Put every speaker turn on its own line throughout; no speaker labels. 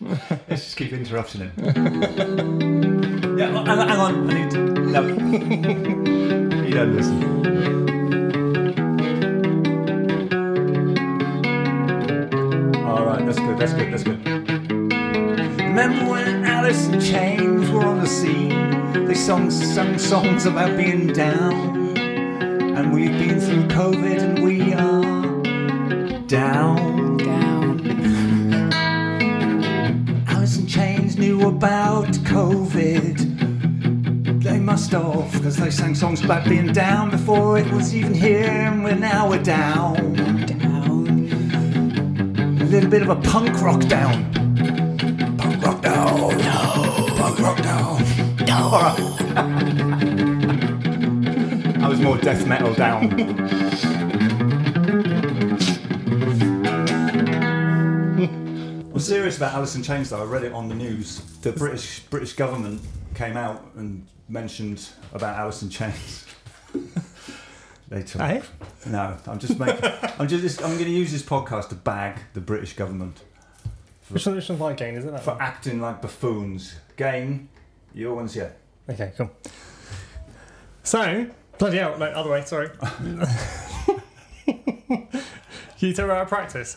Let's just keep interrupting him.
Yeah, well, hang on. Hang on. I need to, no.
You don't listen. All right, that's good. That's good. That's good. Remember when Alice in Chains were on the scene? They sung, sung songs about being down, and we've been through COVID, and we are down.
Down.
Alice in Chains knew about COVID. They must have, because they sang songs about being down before it was even here, and we're now we're down.
Down.
A little bit of a punk rock down. Punk rock down. No. Punk rock down. No. I was more death metal down. I'm serious about Alice in Chains though. I read it on the news. The British British government came out and mentioned about Alice in Chains. they took
Eh?
no, I'm just making. I'm just. I'm going to use this podcast to bag the British government
Which one- which one's my gain? Isn't that?
for acting like buffoons. Game, your one's yeah.
one? Okay, cool. So, bloody hell! No, other way. Sorry. Can you tell me how I practice?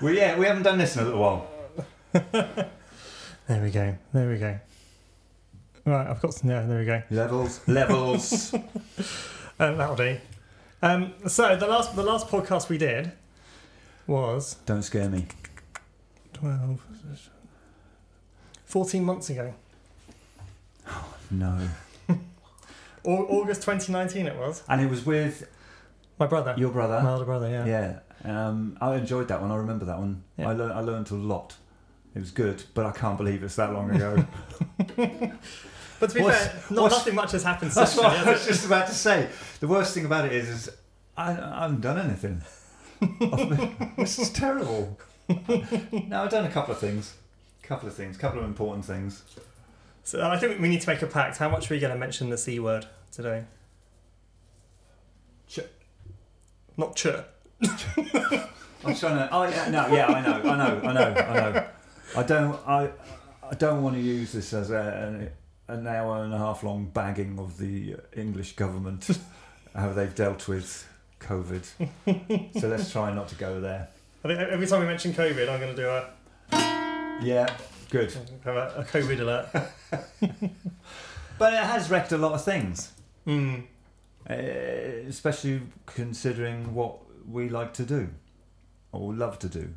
Well, yeah, we haven't done this in a little while.
There we go. There we go. Right, I've got some. Yeah, there we go.
Levels, levels.
Uh, that'll do. Um, so the last the last podcast we did was
Don't scare me.
12, 14 months ago.
No.
Au- August 2019 it was.
And it was with
My brother.
your brother.
my older brother, yeah.
Yeah. Um, I enjoyed that one. I remember that one.
Yeah.
I learned. I learned a lot. It was good, but I can't believe it's that long ago.
But to be
What's-
fair, not,
what's-
nothing much has happened since
That's what
then,
I
has
was just about to say. The worst thing about it is, is I, I haven't done anything. I've been- this is terrible. no, I've done a couple of things. Couple of things. Couple of important things.
it? So I think we need to make a pact. How much are we going to mention the C word today?
Ch-
Not chur.
I'm trying to. Oh yeah, no, yeah, I know, I know, I know, I know. I don't. I. I don't want to use this as a, an, an hour and a half long bagging of the English government, how they've dealt with COVID. so let's try not to go there.
I think every time we mention COVID, I'm going to do a,
Yeah, good.
have a, a COVID alert.
But it has wrecked a lot of things.
Mm.
Uh, especially considering what we like to do or love to do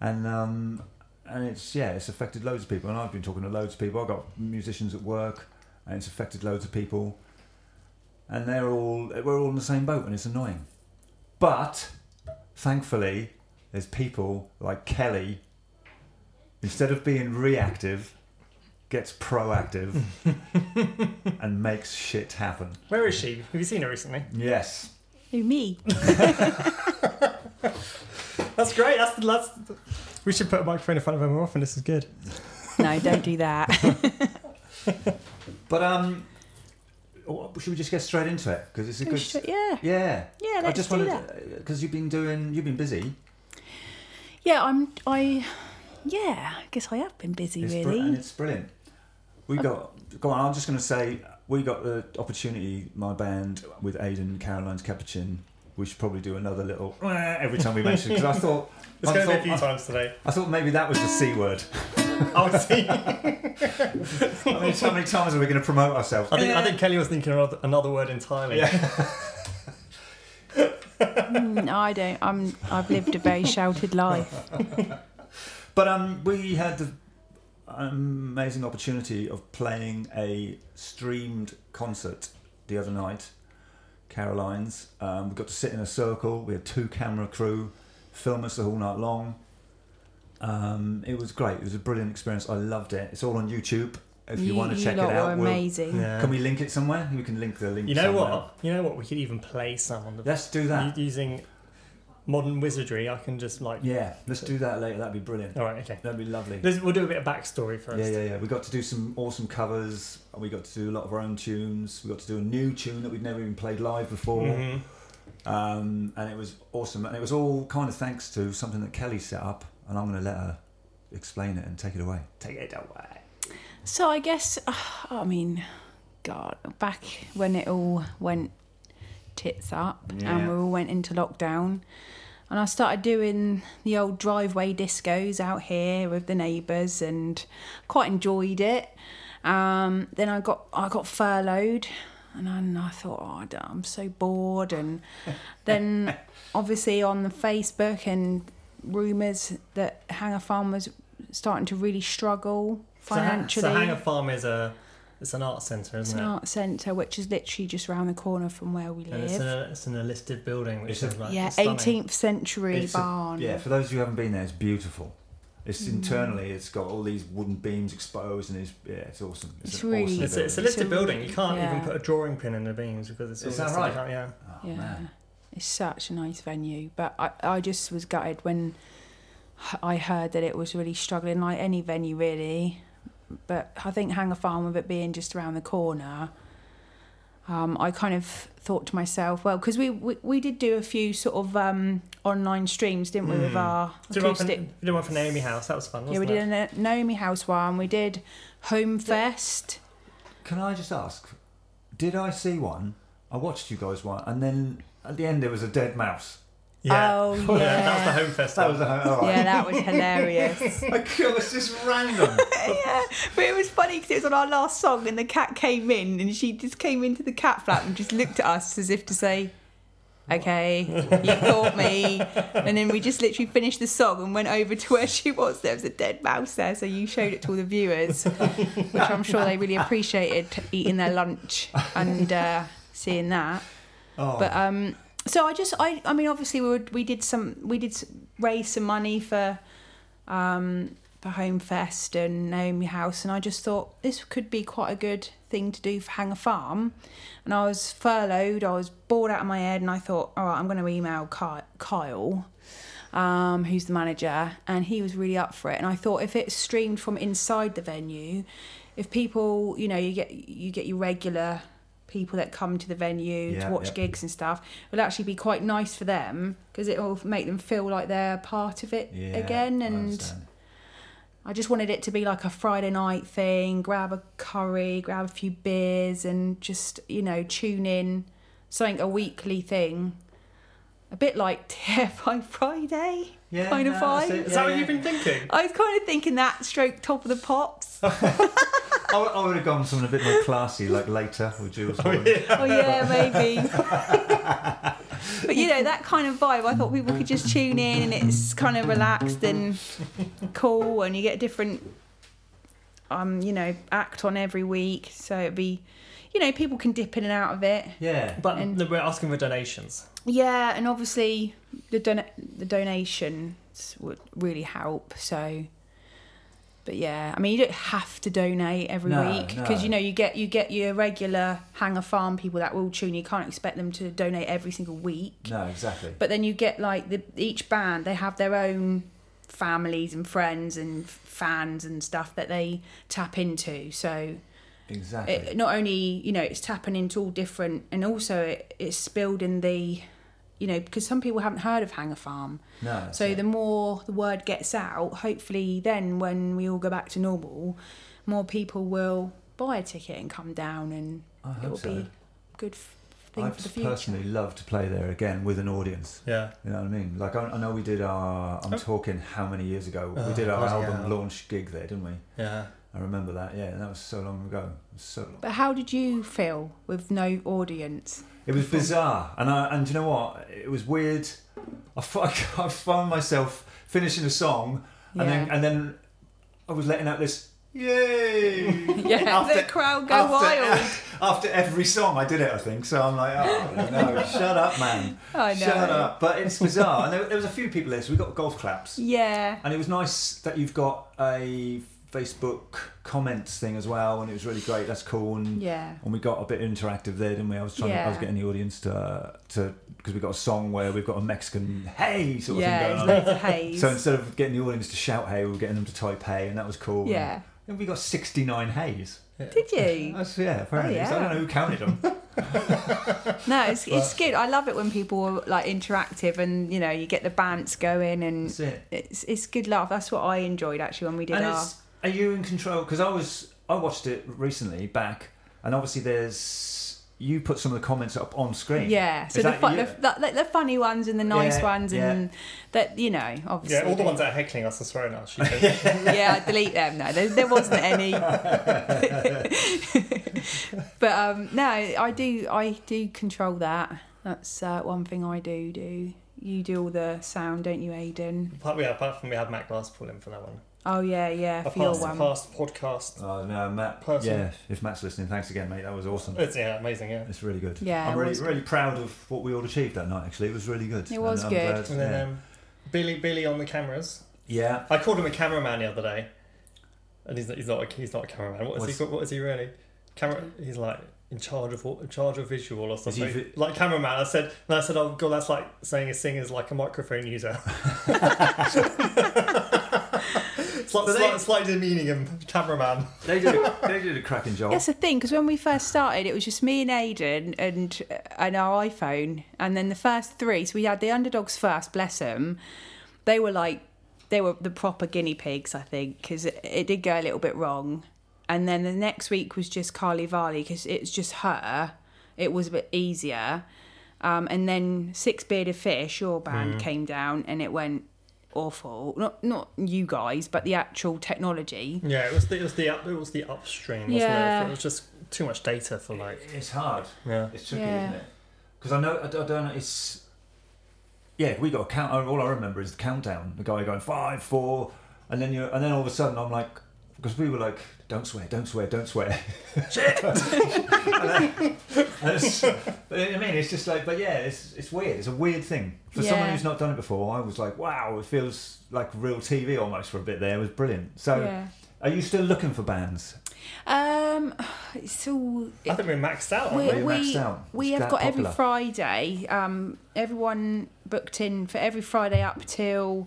and um and it's yeah it's affected loads of people and i've been talking to loads of people i've got musicians at work and it's affected loads of people and they're all we're all in the same boat and it's annoying but thankfully there's people like kelly instead of being reactive gets proactive and makes shit happen
Where is she? Have you seen her recently?
Yes.
Who, me?
That's great. That's the last. We should put a microphone in front of her more often. This is good.
No, don't do that.
But um, what- should we just get straight into it? Because it's a
Go
good.
straight- yeah,
Yeah.
yeah, let's
I just
do
wanted
that.
because you've been doing you've been busy.
Yeah, I'm. I. Yeah, I guess I have been busy
It's br-
really. Oh.
and it's brilliant. We got go on. I'm just going to say we got the opportunity. My band with Aidan Caroline's Capuchin. We should probably do another little every time we mention because I thought
It's
I
going to be a
thought,
few
I,
times today.
I thought maybe that was the c word.
I'll see.
I mean, how many times are we going to promote ourselves?
I think, I think Kelly was thinking another, another word entirely.
Yeah.
Mm, no, I don't. I'm. I've lived a very sheltered life.
But um, we had the amazing opportunity of playing a streamed concert the other night, Caroline's. Um, we got to sit in a circle. We had two camera crew film us the whole night long. Um, it was great. It was a brilliant experience. I loved it. It's all on YouTube. If you, want to check it
lot were
out, we'll-
amazing.
can we link it somewhere? We can link the link.
You know
somewhere.
what? You know what? We could even play some on the
Let's do that.
U- using modern wizardry. I can just like.
Yeah, let's do that later. That'd be brilliant.
All right. Okay.
That'd be lovely.
This, we'll do a bit of backstory first.
Yeah, yeah, yeah. We got to do some awesome covers. and We got to do a lot of our own tunes. We got to do a new tune that we'd never even played live before.
Mhm.
Um, and it was awesome. And it was all kind of thanks to something that Kelly set up. And I'm going to let her explain it and take it away. Take it away.
So I guess, uh, I mean, God, back when it all went tits up
Yeah.
and we all went into lockdown, and I started doing the old driveway discos out here with the neighbours, and quite enjoyed it. Um, then I got I got furloughed, and then I thought, oh, I don't- I'm so bored. And then obviously on the Facebook and rumours that Hanger Farm was starting to really struggle financially.
So, Ha- so Hanger Farm is a it's an art centre,
It's
isn't
an
it?
art centre which is literally just round the corner from where we
And it's in
live.
a it's in a listed building, which
It's
is
a-
like
yeah,
stunning.
18th century
It's a-
Oh,
barn.
Yeah, for those who haven't been there, it's beautiful. It's
Mm.
internally, it's got all these wooden beams exposed, and it's yeah, it's awesome. It's,
It's
an
really-
awesome
It's a, it's a
building.
listed
So-
building. You can't even
yeah.
put a drawing pin in the beams because it's all
Is that
listed,
right?
can't- Yeah.
Oh,
Yeah.
man.
It's such a nice venue, but I, I just was gutted when I heard that it was really struggling, like any venue really. But I think Hanger Farm, with it being just around the corner, um, I kind of thought to myself, well, because we, we we did do a few sort of um, online streams, didn't we, with
Mm.
our
Did one for,
acoustic
we did one for Naomi House. That was fun.
Yeah,
Wasn't
we did
It?
a Naomi House one. We did Home Fest.
Can I just ask? Did I see one? I watched you guys one, and then at the end there was a dead mouse.
Yeah.
Oh
yeah.
yeah.
That was the home fest.
That
one.
was a all right.
Yeah, that was hilarious.
it was just random.
but it was funny because it was on our last song, and the cat came in, and she just came into the cat flap and just looked at us as if to say, "Okay, you caught me." And then we just literally finished the song and went over to where she was. There was a dead mouse there, so you showed it to all the viewers, which I'm sure they really appreciated eating their lunch and uh, seeing that.
Oh,
But um, so I just I I mean obviously we would, we did some we did s- raise some money for um for Home Fest and Naomi House, and I just thought this could be quite a good thing to do for Hanger Farm. And I was furloughed, I was bored out of my head, and I thought, all right, I'm going to email Ky- Kyle. Um, who's the manager and he was really up for it and I thought if it's streamed from inside the venue if people you know you get you get your regular people that come to the venue
Yeah,
to watch
yeah.
gigs and stuff will actually be quite nice for them because it will make them feel like they're part of it
yeah,
again
I
and
understand.
I just wanted it to be like a Friday night thing, grab a curry, grab a few beers and just, you know, tune in something a weekly thing. A bit like TFI Friday.
yeah,
kind of
no, that's
vibe.
it,
Is that
yeah,
what
yeah.
you've been thinking?
I was kind of thinking that stroke top of the pops. oh
I, would- I would have gone something a bit more classy, like later with Jules.
Oh,
Holland.
Oh, yeah, maybe. but you know, that kind of vibe. I thought people could just tune in and it's kind of relaxed and cool and you get a different um, you know, act on every week. So it'd be you know, people can dip in and out of it.
Yeah.
But
And-
no, we're asking for donations.
Yeah, and obviously the don- the donations would really help. So, but yeah, I mean you don't have to donate every
No,
week because you
no.
know you get you get your regular Hanger Farm people that will tune. You can't expect them to donate every single week.
No, exactly.
But then you get like the each band they have their own families and friends and fans and stuff that they tap into. So
Exactly.
it, not only you know it's tapping into all different and also it, it's building the you know because some people haven't heard of hanger farm
no. that's
so
it.
the more the word gets out hopefully then when we all go back to normal more people will buy a ticket and come down and
I
it will
hope so.
be good f- thing
I
for the future
personally love to play there again with an audience.
Yeah.
You know what I mean? Like I, I know we did our. I'm
Oh.
talking how many years ago?
Oh,
we did our
bloody
album
hell.
launch gig there, didn't we?
Yeah.
I remember that. Yeah, that was so long ago. It was so long.
but how did you feel with no audience
It was bizarre, and I and do you know what? It was weird. I, fo- I found myself finishing a song, and then and then I was letting out this yay.
yeah the
After-
crowd go
after,
wild
After every song, I did it. I think so. I'm like, oh no, shut up, man,
i know
shut up. But it's bizarre, and there, there was a few people there. So we got golf claps.
yeah
And it was nice that you've got a Facebook comments thing as well, and it was really great. That's cool, and
yeah
and we got a bit interactive there, didn't we? I was trying, to, I was
Yeah.
getting the audience to to because we got a song where we've got a Mexican hey sort of
yeah,
thing
it's
going on.
loads of haze.
So instead of getting the audience to shout hey, we were getting them to type hey, and that was cool.
yeah.
And we got 69 hays.
Did you?
That's, yeah, apparently.
Oh,
So I don't know who counted them.
No, it's, it's good. I love it when people are like interactive and you know you get the bants going and
That's it.
it's it's good laugh. That's what I enjoyed actually when we did
And
our.
it's, are you in control? Because I was, I watched it recently back, and obviously there's, you put some of the comments up on screen.
Yeah, so
Is
the,
that
fu-
you?
the, the, the funny ones and the nice
Yeah,
ones and that you know obviously.
Yeah, all the ones that are heckling us are throwing us. She can-
yeah, I delete them. No, there, there wasn't any. but um, no, I do. I do control that. That's uh, one thing I do do. You do all the sound, don't you, Aidan?
apart, yeah, apart from we had Matt Glass pull in for that one.
Oh yeah, yeah,
A
for your
past,
one.
past podcast.
Oh, no, Matt.
Person.
Yeah, if Matt's listening, thanks again, mate. That was awesome.
It's yeah, amazing. Yeah.
It's really good.
Yeah,
I'm
it
really,
was
really proud of what we all achieved that night, actually. It was really good.
It was
I'm
good.
glad-
And then
yeah.
um, Billy, Billy on the cameras.
yeah.
I called him a cameraman the other day, and he's, he's not a, he's not a cameraman. What is
What's-
he? What is he really? Camera. He's like in charge of in charge of visual or
he
something.
vi-
like cameraman. I said. And I said, oh god, that's like saying a singer's like a microphone user. it's like
But
slight,
they-
slight demeaning him, cameraman.
They did, a, they did a cracking job.
That's the thing because when we first started, it was just me and Aidan and uh, and our iPhone, and then the first three. So we had the underdogs first. Bless them. They were like they were the proper guinea pigs, I think, because it, it did go a little bit wrong. And then the next week was just Carly Varley because it's just her. It was a bit easier. Um, and then Six Bearded Fish, your band, came down and it went awful. Not not you guys, but the actual technology.
Yeah, it was the, it was the up, it was the upstream. Wasn't
Yeah.
it? it was just too much data for like.
It's hard.
Yeah.
It's tricky,
Yeah.
isn't it? Because I know I, I don't know. It's yeah. We got a count. All I remember is the countdown. The guy going five, four, and then you and then all of a sudden I'm like, because we were like, don't swear, don't swear, don't swear. Shit. and then- and it's- but I mean, it's just like, but yeah, it's it's weird. It's a weird thing for someone
Yeah.
who's not done it before. I was like, wow, it feels like real TV almost for a bit. There it was brilliant. So,
Yeah.
are you still looking for bands?
Um, it's all.
I think we're maxed out.
we
Aren't we?
we're
we,
maxed out.
we
It's that
have got every
popular.
Friday. Um, everyone booked in for every Friday up till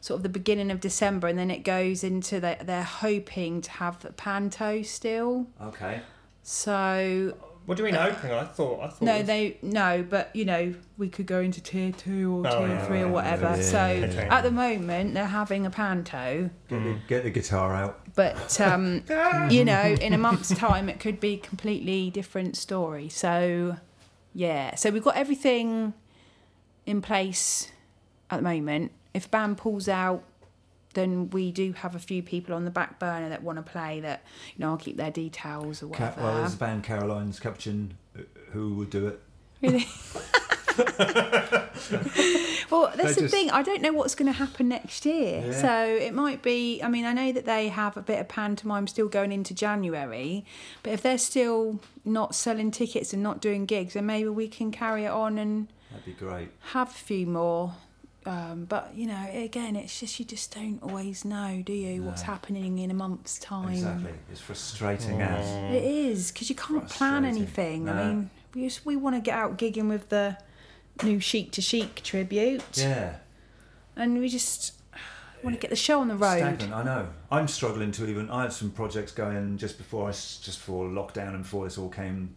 sort of the beginning of December, and then it goes into the, they're hoping to have the panto still.
Okay.
So
What do you mean opening? I thought I thought.
no,
we-
they no, but you know we could go into tier two or
Oh,
tier
yeah,
three
yeah,
or whatever.
Uh, yeah,
so uh,
yeah,
yeah.
at the moment they're having a panto,
Get, the, get the guitar out.
but um, you know in a month's time it could be completely different story so yeah so we've got everything in place at the moment if a band pulls out then we do have a few people on the back burner that want to play that you know i'll keep their details or
Ca- well,
whatever
there's a band, Caroline's Capuchin, who- who would do it.
Really? well, that's
They
the
just-
thing. I don't know what's going to happen next year.
Yeah.
So it might be. I mean, I know that they have a bit of pantomime still going into January, but if they're still not selling tickets and not doing gigs, then maybe we can carry it on and
That'd be great.
have a few more. Um, but you know, again, it's just you just don't always know, do you, what's
No.
happening in a month's time?
Exactly. It's frustrating as.
It is because you can't plan
Frustrating.
anything. I
No.
mean, we just we want to get out gigging with the new Chic to Chic tribute,
Yeah.
and we just want to get the show on the road.
Stagnant, I know. I'm struggling to even. I had some projects going just before I, s- just before lockdown and before this all came,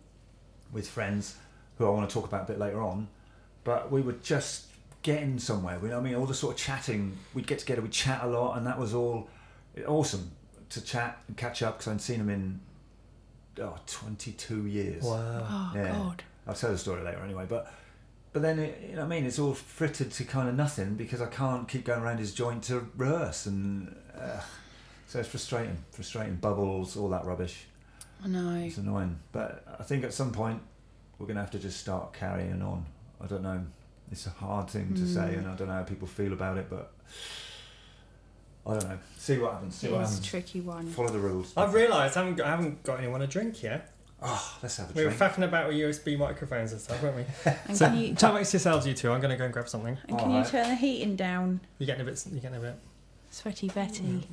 with friends, who I want to talk about a bit later on. But we were just getting somewhere. We, I mean, all the sort of chatting. We'd get together, we'd chat a lot, and that was all awesome to chat and catch up because I'd seen him in oh, 22 years.
Wow.
Oh
Yeah.
God!
I'll tell the story later anyway. But but then it, you know what I mean. It's all frittered to kind of nothing because I can't keep going around his joint to rehearse, and uh, so it's frustrating, frustrating bubbles, all that rubbish.
I know.
It's annoying. But I think at some point we're going to have to just start carrying on. I don't know. It's a hard thing to say,
Hmm.
Mm.
and I don't know how people feel about it, but I don't know. See what happens. See
It
what
is a
happens.
tricky one.
Follow the rules.
I've realised I haven't got, I haven't got anyone a drink yet.
oh, let's have a
We were
drink.
faffing about with USB microphones and stuff, weren't we?
And
so
can you
chat amongst yourselves, you two. I'm going to go and grab something.
and can you
Alright.
turn the heating down,
You're getting a bit. You're getting a bit.
sweaty Betty?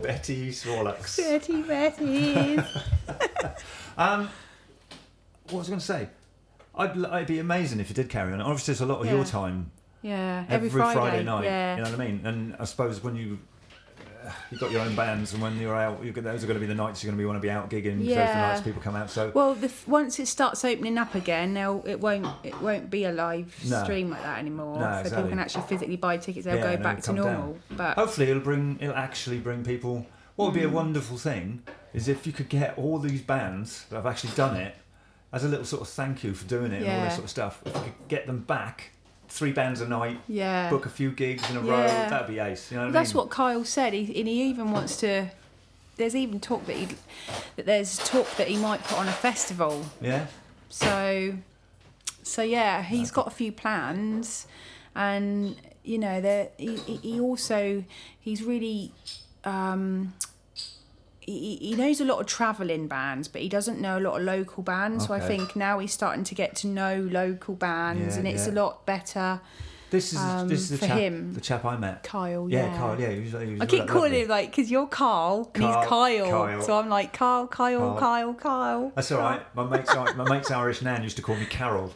Betty Swarlocks.
Sweaty Betty.
Um, what was I going to say? I'd, it'd be amazing if you did carry on. Obviously, it's a lot of
Yeah.
your time
yeah,
every, Friday, night.
Yeah.
You know what I mean? And I suppose when you, you got your own bands, and when you're out, you're, those are going to be the nights you're going to be want to be out gigging. So those are the
Yeah.
nights people come out. So
Well, the, f- once it starts opening up again, now it won't it won't be a live
No.
stream like that anymore.
No,
so
exactly.
people can actually physically buy tickets. They'll
Yeah,
go
and
back to
it'll come down.
normal. But
hopefully it'll bring it'll actually bring people what would be a
Mm.
wonderful thing is if you could get all these bands that have actually done it as a little sort of thank you for doing it and all
Yeah.
this sort of stuff if you could get them back three bands a night
yeah,
book a few gigs in a row
Yeah.
that'd be ace you know what I
that's
mean?
what Kyle said. He and he even wants to. There's even talk that he that there's talk that he might put on a festival.
yeah
So, so yeah, he's got a few plans, and you know, there. He, he he also he's really. Um, he, he knows a lot of travelling bands, but he doesn't know a lot of local bands. So I
Okay.
think now he's starting to get to know local bands,
Yeah,
and it's
yeah.
a lot better.
this is
Um,
this is the
for
chap
him.
the chap I met
Kyle,
yeah,
yeah.
Kyle yeah he was, he was
I keep
really
calling
lovely.
him like because you're Carl, and
Carl,
he's Kyle.
Kyle.
So I'm like Carl, Kyle,
Carl.
Kyle, Kyle.
that's all right my mate's my mate's Irish nan used to call me Carol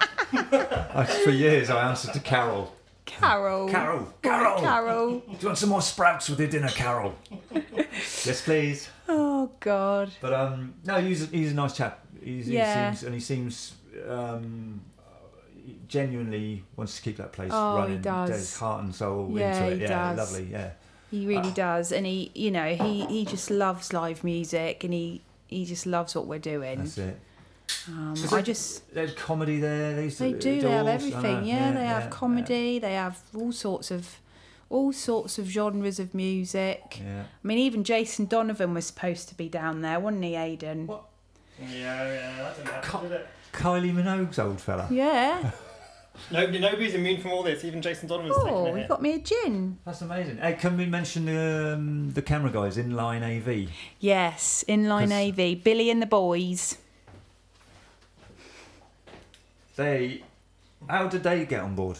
I- for years I answered to Carol
Carol.
Carol Carol
Carol.
Do you want some more sprouts with your dinner, Carol? yes, please.
Oh God.
But um, no, he's a, he's a nice chap. He's,
Yeah.
He seems and he seems um, he genuinely wants to keep that place
Oh, he
running.
does.
There's heart and soul
Yeah,
into it.
he
yeah,
does.
lovely. Yeah.
He really
Ah.
does, and he, you know, he he just loves live music, and he he just loves what we're doing.
That's it.
Um,
Is
I
it-
just
There's comedy there. They, used to
they do they
all- I
have
know,
everything. Yeah, they
yeah,
have comedy, they have all sorts of all sorts of genres of music.
Yeah. yeah.
I mean, even Jason Donovan was supposed to be down there, wasn't he, Aiden?
What?
Yeah, yeah, that didn't happen,
Cock-
did it?
Kylie Minogue's old fella.
Yeah.
No, nobody's immune from all this. Even Jason Donovan's
Oh,
taking
he
it.
got me a gin.
That's amazing. Hey, can we mention the um, the camera guys in Line AV?
Yes, inline
'Cause-
AV, Billy and the Boys.
They, how did they get on board?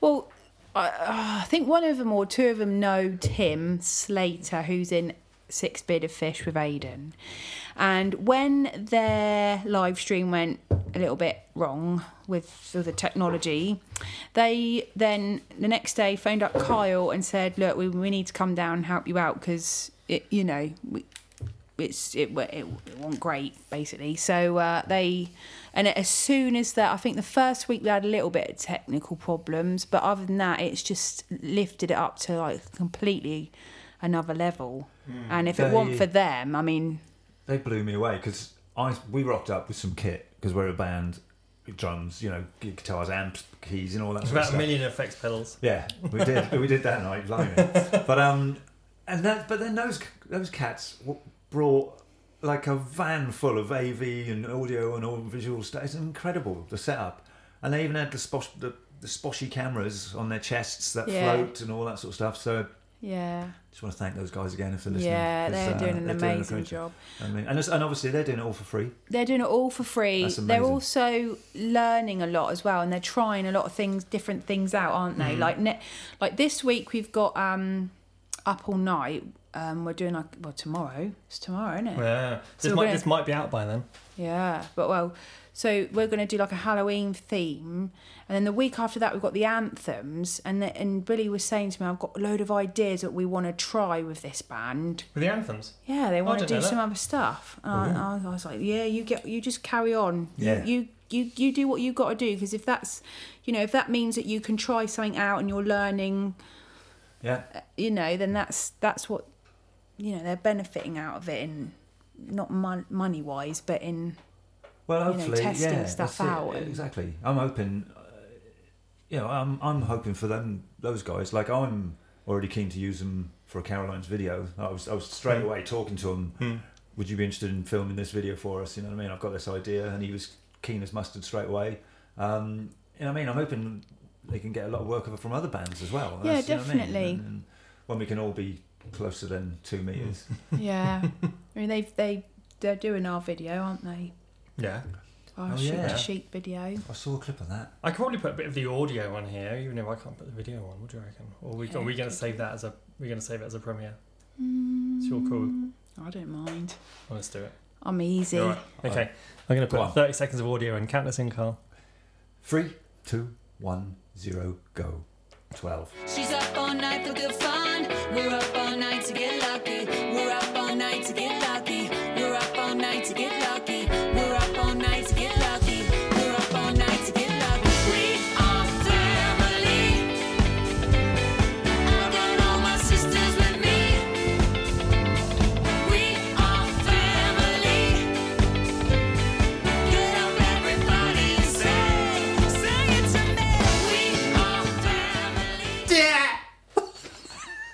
Well, I, uh, I think one of them or two of them know Tim Slater, who's in Six Bit of Fish with Aiden. And when their live stream went a little bit wrong with the technology, they then the next day phoned up Kyle and said, "Look, we, we need to come down and help you out because it, you know, we, it's it, wa- it it wasn't great basically." So uh, they and as soon as that, I think the first week they had a little bit of technical problems, but other than that, it's just lifted it up to like completely another level.
Hmm.
And if it weren't
They-
for them, I mean,
they blew me away because I we rocked up with some kit because we're a band, drums, you know, gu- guitars, amps, keys, and all that.
It's
Sort of
about a
stuff.
million effects pedals.
Yeah, we did. we did that night, blimey. But um, and that but then those those cats w- brought like a van full of AV and audio and all visual stuff. It's incredible the setup, and they even had the spot the, the sposhy cameras on their chests that
Yeah.
float and all that sort of stuff. So.
yeah,
Just want to thank those guys again if they're listening.
yeah,
'cause,
they're
uh,
doing an
they're a
amazing
great
job.
I mean, and, it's- and obviously they're doing it all for free.
They're doing it all for free.
That's
They're
amazing.
also learning a lot as well, and they're trying a lot of things, different things out, aren't
Mm-hmm.
they? Like, ne- like this week we've got um, up all night. Um, we're doing like well tomorrow. It's tomorrow, isn't it?
Yeah.
So
This, might,
we're-
this might be out by then.
Yeah, but well, so we're going to do like a Halloween theme, and then the week after that we've got the anthems, and the, and Billy was saying to me, I've got a load of ideas that we want to try with this band.
With the anthems.
Yeah, they want to
didn't
do
know that.
some other stuff. And I, I was like, yeah, you get, you just carry on. You-
Yeah.
You you you do what you got to do because if that's, you know, if that means that you can try something out and you're learning,
Yeah.
you know, then that's that's what, you know, they're benefiting out of it in, not mon- money wise, but in
Well,
you know,
hopefully,
testing
yeah,
stuff
that's it,
out and-
Exactly. I'm hoping. Uh, you know, I'm I'm hoping for them those guys. Like I'm already keen to use them for a Caroline's video. I was I was straight away talking to him. Would you be interested in filming this video for us? You know what I mean? I've got this idea, and he was keen as mustard straight away. Um, you know what I mean? I'm hoping they can get a lot of work from other bands as well. you know what
Yeah,
I mean?
definitely.
And- and when we can all be closer than two meters.
Mm. Yeah, I mean they've they they're doing our video, aren't they?
Yeah.
Our
Oh,
shoot
yeah.
the sheep video.
I saw a clip of that.
I could probably put a bit of the audio on here, even if I can't put the video on. What do you reckon? Or we,
Yeah,
are we going
good.
to save that as a we're going to save it as a premiere?
It's
your call.
I don't mind.
Well, let's do it.
I'm easy.
You're right. Okay, I'm going to
Go
put
on.
30 seconds of audio and count us in, Carl.
Three, two, one, zero, go. 12.
She's up all night for good fun. We're up all night to get lucky. We're up all night to get lucky. We're up all night to get lucky. We're up all night to get lucky. We're up all night to get lucky. We are family. I got all my sisters with me. We are family. Get up, everybody, and say, say it to me. We are family.
Yeah!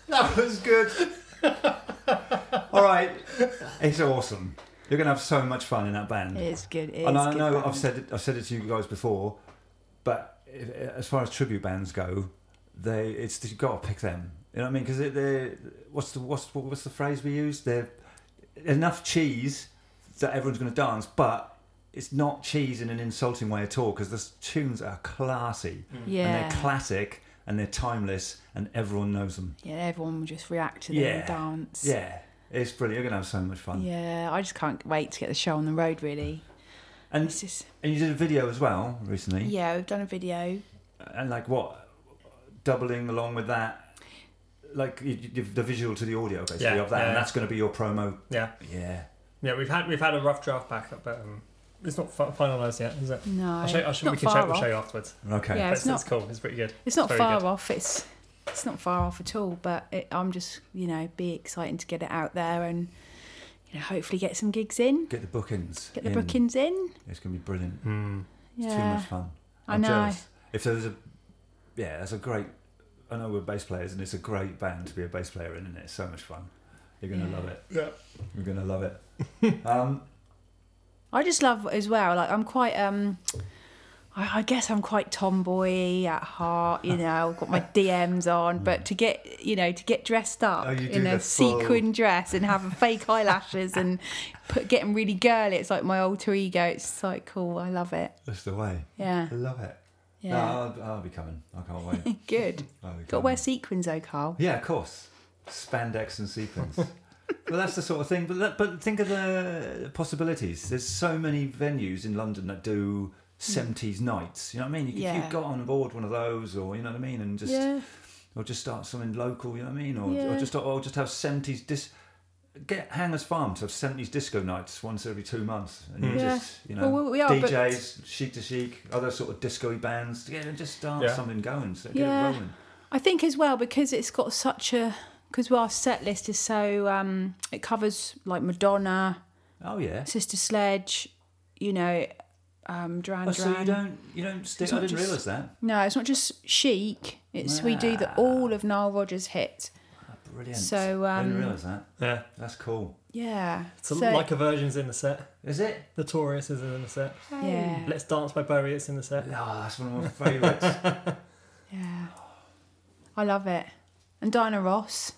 that was good. All right. It's awesome. You're going to have so much fun in that band.
It's good. It's
and I
good
know
band.
I've said it, I've said it to you guys before, but if, as far as tribute bands go, they it's you've got to pick them. You know what I mean? Because they're what's the what's what, what's the phrase we use? They're enough cheese that everyone's going to dance, but it's not cheese in an insulting way at all. Because the tunes are classy and
Mm. Yeah.
they're classic and they're timeless and everyone knows them.
yeah, everyone will just react to them
Yeah.
and dance.
Yeah, it's brilliant. You're going to have so much fun.
Yeah, I just can't get- wait to get the show on the road. Really,
And
it's just
and you did a video as well recently. Uh,
yeah. We've done a video.
and like what doubling along with that like you, you, the visual to the audio basically
Yeah,
of that
yeah.
and that's going to be your promo
Yeah,
yeah
yeah. We've had we've had a rough draft back up, but um, it's not fi- finalised yet, is it?
No,
I'll show, I'll show,
not
we can
far
show, we'll
off.
show you afterwards.
okay
Yeah,
But
it's
it's,
not.
it's cool. It's pretty good.
It's not
very
far
good.
off. It's it's not far off at all. But it, I'm just you know be exciting to get it out there and you know hopefully get some gigs in,
get the bookings
get the
in.
bookings in.
it's going to be brilliant
Mm.
it's too
Yeah,
much fun
I
I'm
know.
jealous. if there was a yeah that's a great I know we're bass players and it's a great band to be a bass player in and it's so much fun you're going to
Yeah.
love it
Yeah.
you're going to love it um,
I just love as well. Like I'm quite um. I I guess I'm quite tomboy at heart, you know. I've got my DMs on, but to get, you know, to get dressed up
Oh, you do
in
the
a
full-
sequin dress and having fake eyelashes and put, getting really girly, it's like my alter ego. It's like cool. I love it.
that's the way
Yeah,
I love it No,
yeah,
I'll, I'll be coming I can't wait
good.
I'll be
Got to
coming.
wear sequins though, Carl.
Ah. Yeah, of course. Spandex and sequins. well, that's the sort of thing. But that, but think of the possibilities. There's so many venues in London that do 70s nights. You know what I mean? You, could- If
Hmm. Yeah.
you got on board one of those, or you know what I mean, and just
yeah,
or just start something local. You know what I mean? Or, or
Yeah.
just or just have 70s dis. Get Hangers Farm to have 70s disco nights once every two months, and you
Yeah.
just you know
Well, we- we are
DJs, chic to chic, other sort of disco bands, yeah, and just start
Yeah.
something going, so get
Yeah.
it rolling.
I think as well because it's got such a because our set list is so um it covers like Madonna,
Oh yeah,
Sister Sledge, you know, um, Duran
Oh, so you
Duran.
don't you don't stick.
It's
I
not
didn't
just-
realise that.
no, it's not just chic. It's we do the all of Nile Rodgers hits.
Ah, Brilliant.
So,
I didn't
um,
realise that.
Yeah.
That's cool.
Yeah,
So, like a version's in the set.
Is it?
Notorious is in the set.
yeah,
Let's Dance by Bowie, it's in the set.
Oh, that's one of my favourites.
yeah. I love it. And Dinah Ross.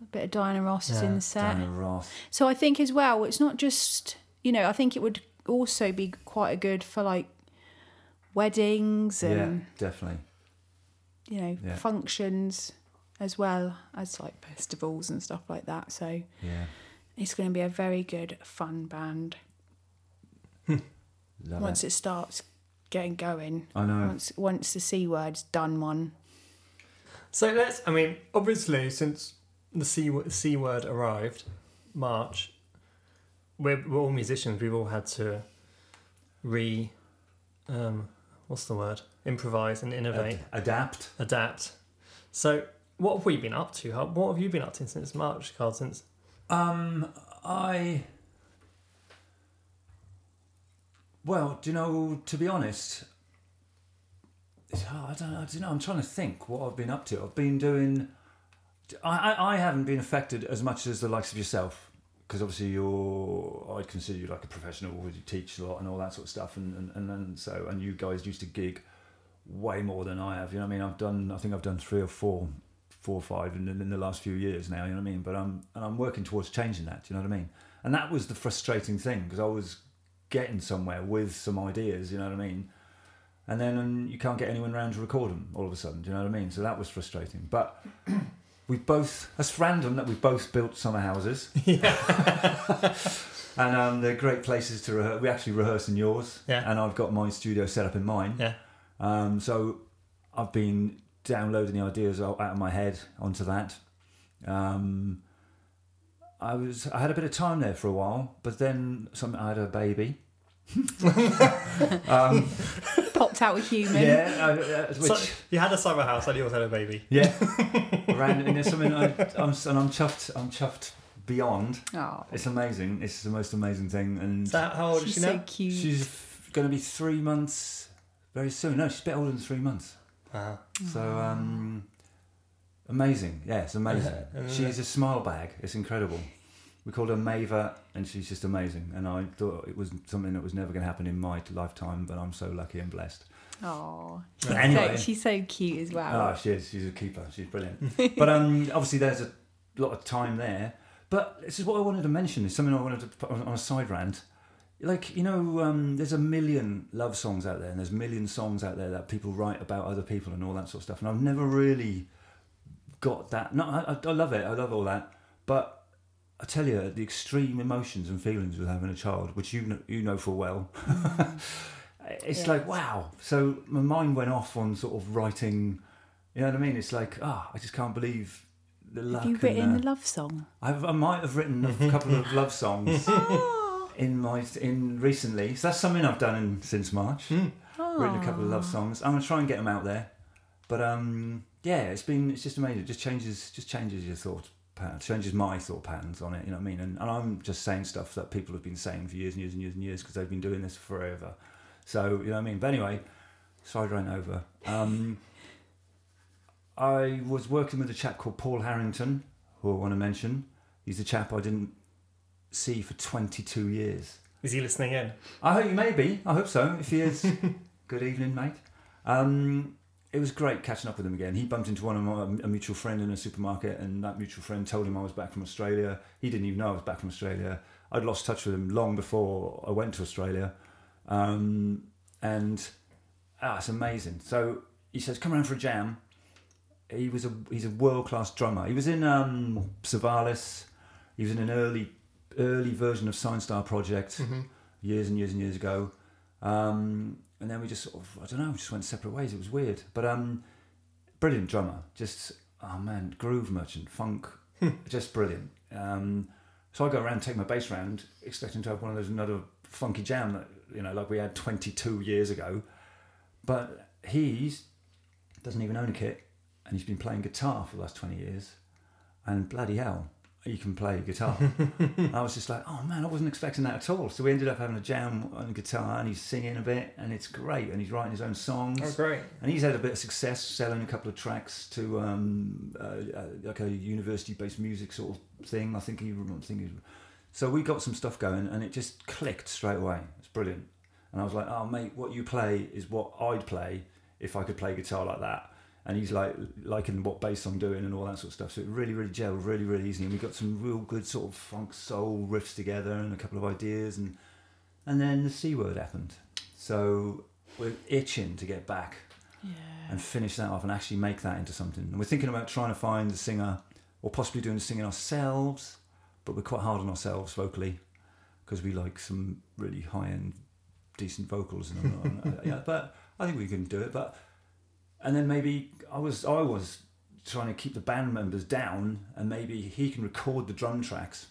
A bit of Dinah Ross is in
Yeah,
the set.
Diana Ross.
So I think as well, it's not just you know. I think it would also be quite good for like weddings
Yeah,
and
definitely.
you know
Yeah.
functions as well as like festivals and stuff like that. So
Yeah.
it's going to be a very good fun band
Love
once
it. Oh.
it starts getting going.
I know.
Once once the c word's done, one.
So let's, I mean, obviously, since the C, wo- C word arrived, March, we're, we're all musicians. We've all had to re, um, what's the word? Improvise and innovate,
Ad- adapt.
adapt. So what have we been up to? How- What have you been up to since March, Carl? Since
Um, I. Well, do you know? To be honest, it's hard. I don't, I don't know. I'm trying to think what I've been up to. I've been doing. I, I, I haven't been affected as much as the likes of yourself because obviously you're. I'd consider you like a professional. You teach a lot and all that sort of stuff, and and, and, and so and you guys used to gig way more than I have. You know what I mean? I've done. I think I've done three or four four or five in, in the last few years now. You know what I mean? But I'm and I'm working towards changing that. Do you know what I mean? And that was the frustrating thing because I was getting somewhere with some ideas. You know what I mean? And then um, you can't get anyone around to record them all of a sudden. Do you know what I mean? So that was frustrating. But we both that's random that we both built summer houses. and um, they're great places to rehearse. We actually rehearse in yours.
Yeah.
And I've got my studio set up in mine.
yeah,
Um, so I've been download any ideas out out of my head onto that. Um, I was I had a bit of time there for a while, but then some I had a baby. um,
Popped out with human.
yeah, I, uh, which,
So, you had a summer house and you also had a baby.
yeah, ran and it's something I, I'm and I'm chuffed. I'm chuffed beyond.
Oh,
It's amazing. It's the most amazing thing, and
So how old is
she's
she
so
now?
cute.
she's going to be three months very soon. No, she's a bit older than three months.
Wow.
So um, amazing. Yeah, it's amazing.
Yeah, and then
She's a smile bag. It's incredible. We called her Mava, and she's just amazing. And I thought it was something that was never going to happen in my lifetime, but I'm so lucky and blessed.
oh, she's,
But anyway,
so, she's so cute as well.
Oh, she is. She's a keeper. She's brilliant. but um, obviously, there's a lot of time there. But this is what I wanted to mention. Is something I wanted to put on, on a side rant. Like you know, um, there's a million love songs out there, and there's a million songs out there that people write about other people and all that sort of stuff. And I've never really got that. No, I, I- I love it. I love all that. But I tell you, the extreme emotions and feelings with having a child, which you know, you know full well. It's
Yeah.
like wow. So my mind went off on sort of writing you know what I mean? It's like, ah, I just can't believe the luck.
Have you
and,
written
uh,
a love song?
I've, I might have written a couple of love songs
oh,
in my in recently. So that's something I've done in, since March. Written
Ah.
a couple of love songs. I'm gonna try and get them out there. But um, yeah, it's been it's just amazing. It just changes just changes your thought pattern, changes my thought patterns on it. You know what I mean? And, and I'm just saying stuff that people have been saying for years and years and years and years because they've been doing this forever. So you know what I mean? But anyway, side rant over. Um, I was working with a chap called Paul Harrington, who I want to mention. He's a chap I didn't see for 22 years.
Is he listening in?
I hope you may be. I hope so. If he is, good evening, mate. Um, it was great catching up with him again. He bumped into one of my a mutual friend in a supermarket, and that mutual friend told him I was back from Australia. He didn't even know I was back from Australia. I'd lost touch with him long before I went to Australia, um, and ah, it's amazing. So he says, "Come around for a jam." He was a he's a world class drummer. He was in um, Savalis. He was in an early early version of Sign Star Project
Mm-hmm.
years and years and years ago. Um, and then we just sort of, I don't know, just went separate ways. It was weird. But um, brilliant drummer. Just, oh man, groove merchant, funk, just brilliant. Um, so I go around, take my bass round, expecting to have one of those another funky jam that, you know, like we had 22 years ago. But he's doesn't even own a kit and he's been playing guitar for the last 20 years. And bloody hell, he can play guitar. I was just like, oh man, I wasn't expecting that at all. So we ended up having a jam on guitar, and he's singing a bit, and it's great. And he's writing his own songs,
Oh, great.
and he's had a bit of success selling a couple of tracks to um, uh, uh, like a university-based music sort of thing. I think he, I think he. So we got some stuff going, and it just clicked straight away. It's brilliant. And I was like, oh mate, what you play is what I'd play if I could play guitar like that. And he's like liking what bass I'm doing and all that sort of stuff. So it really, really gelled really, really easily. And we got some real good sort of funk soul riffs together and a couple of ideas and and then the C word happened. So we're itching to get back
Yeah.
and finish that off and actually make that into something. And we're thinking about trying to find a singer or possibly doing singing ourselves, but we're quite hard on ourselves vocally because we like some really high end, decent vocals. And all that. yeah, but I think we can do it. But and then maybe I was I was trying to keep the band members down, and maybe he can record the drum tracks,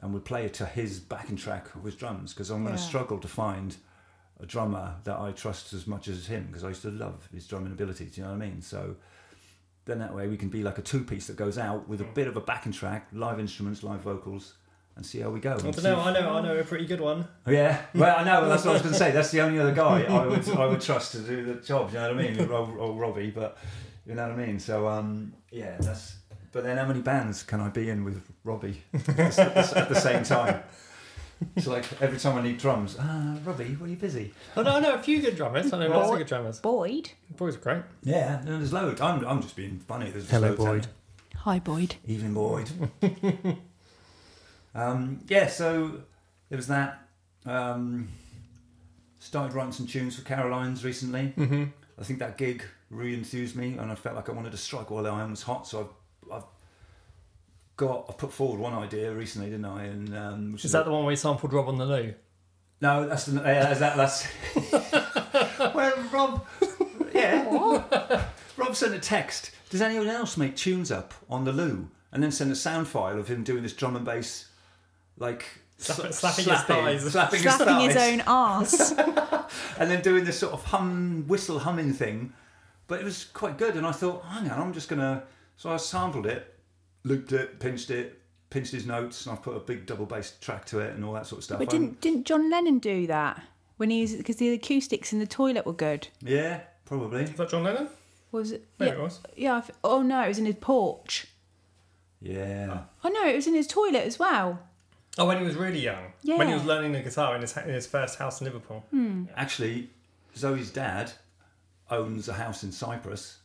and we play it to his backing track of his drums because I'm going to
Yeah.
struggle to find a drummer that I trust as much as him because I used to love his drumming abilities. You know what I mean? So then that way we can be like a two piece that goes out with a bit of a backing track, live instruments, live vocals, and see how we go.
I
and
don't
see
know. I know. I know a pretty good one.
Oh, yeah, well, I know. Well, that's what I was going to say. That's the only other guy I would I would trust to do the job. You know what I mean? Or, or Robbie, but you know what I mean. So um, yeah, that's. But then, how many bands can I be in with Robbie at the, at the same time? It's like every time I need drums, ah, Robbie, were you busy?
Oh no, I know a few good drummers. I know lots of good drummers.
Boyd.
Boys are great.
Yeah, no, there's loads. I'm, I'm just being funny. There's
Hello,
loads out
Boyd.
there.
Hi, Boyd.
Evening, Boyd. um, yeah, so there was that. Um, started writing some tunes for Caroline's recently.
Mm-hmm.
I think that gig re-enthused me, and I felt like I wanted to strike while the iron was hot. So I've, I've got I put forward one idea recently, didn't I? And um, which
Is that the one where you sampled Rob on the loo?
no, that's the, yeah, that's that, that's well, Rob, yeah,
What?
Rob sent a text. Does anyone else make tunes up on the loo? And then send a sound file of him doing this drum and bass, like
Slap-
sla-
slapping his thighs.
slapping,
slapping
his
his
thighs,
own ass.
and then doing this sort of hum, whistle humming thing. But it was quite good, and I thought, hang on, I'm just gonna. So I sampled it, looped it, pinched it, pinched his notes, and I've put a big double bass track to it and all that sort of stuff.
but
I'm-
didn't didn't John Lennon do that when he was because the acoustics in the toilet were good?
yeah, probably.
Is that John Lennon?
Was it?
No,
Yeah,
it was.
yeah. I f oh no, it was in his porch.
Yeah.
Oh no, it was in his toilet as well.
Oh, when he was really young. When he
Yeah. Hmm.
was learning the guitar in his, in his first house in Liverpool.
Actually, Zoe's dad owns a house in Cyprus,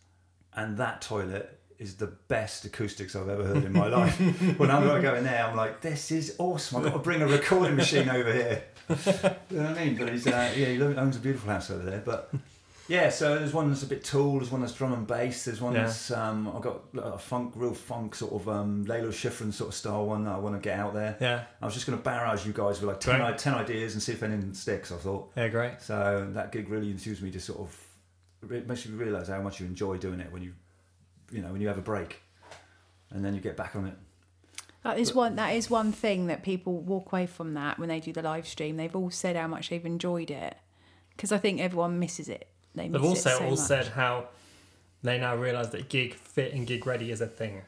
and that toilet is the best acoustics I've ever heard in my life. Whenever I go in there, I'm like, this is awesome. I've got to bring a recording machine over here. you know what I mean? But he's, uh, yeah, he lo- owns a beautiful house over there. But yeah, so there's one that's a bit tall, there's one that's drum and bass, there's one
Yeah.
that's, um, I've got a funk, real funk sort of um, Layla Schifrin sort of style one that I want to get out there.
Yeah.
I was just going to barrage you guys with like 10,
Right.
10 ideas and see if anything sticks, I thought.
Yeah, great.
So that gig really enthused me to sort of it makes you realise how much you enjoy doing it when you you know when you have a break and then you get back on it.
That is one. That is one thing that people walk away from that when they do the live stream. They've all said how much they've enjoyed it because I think everyone misses it. They miss
They've also
it so
all
much.
said how they now realise that gig fit and gig ready is a thing.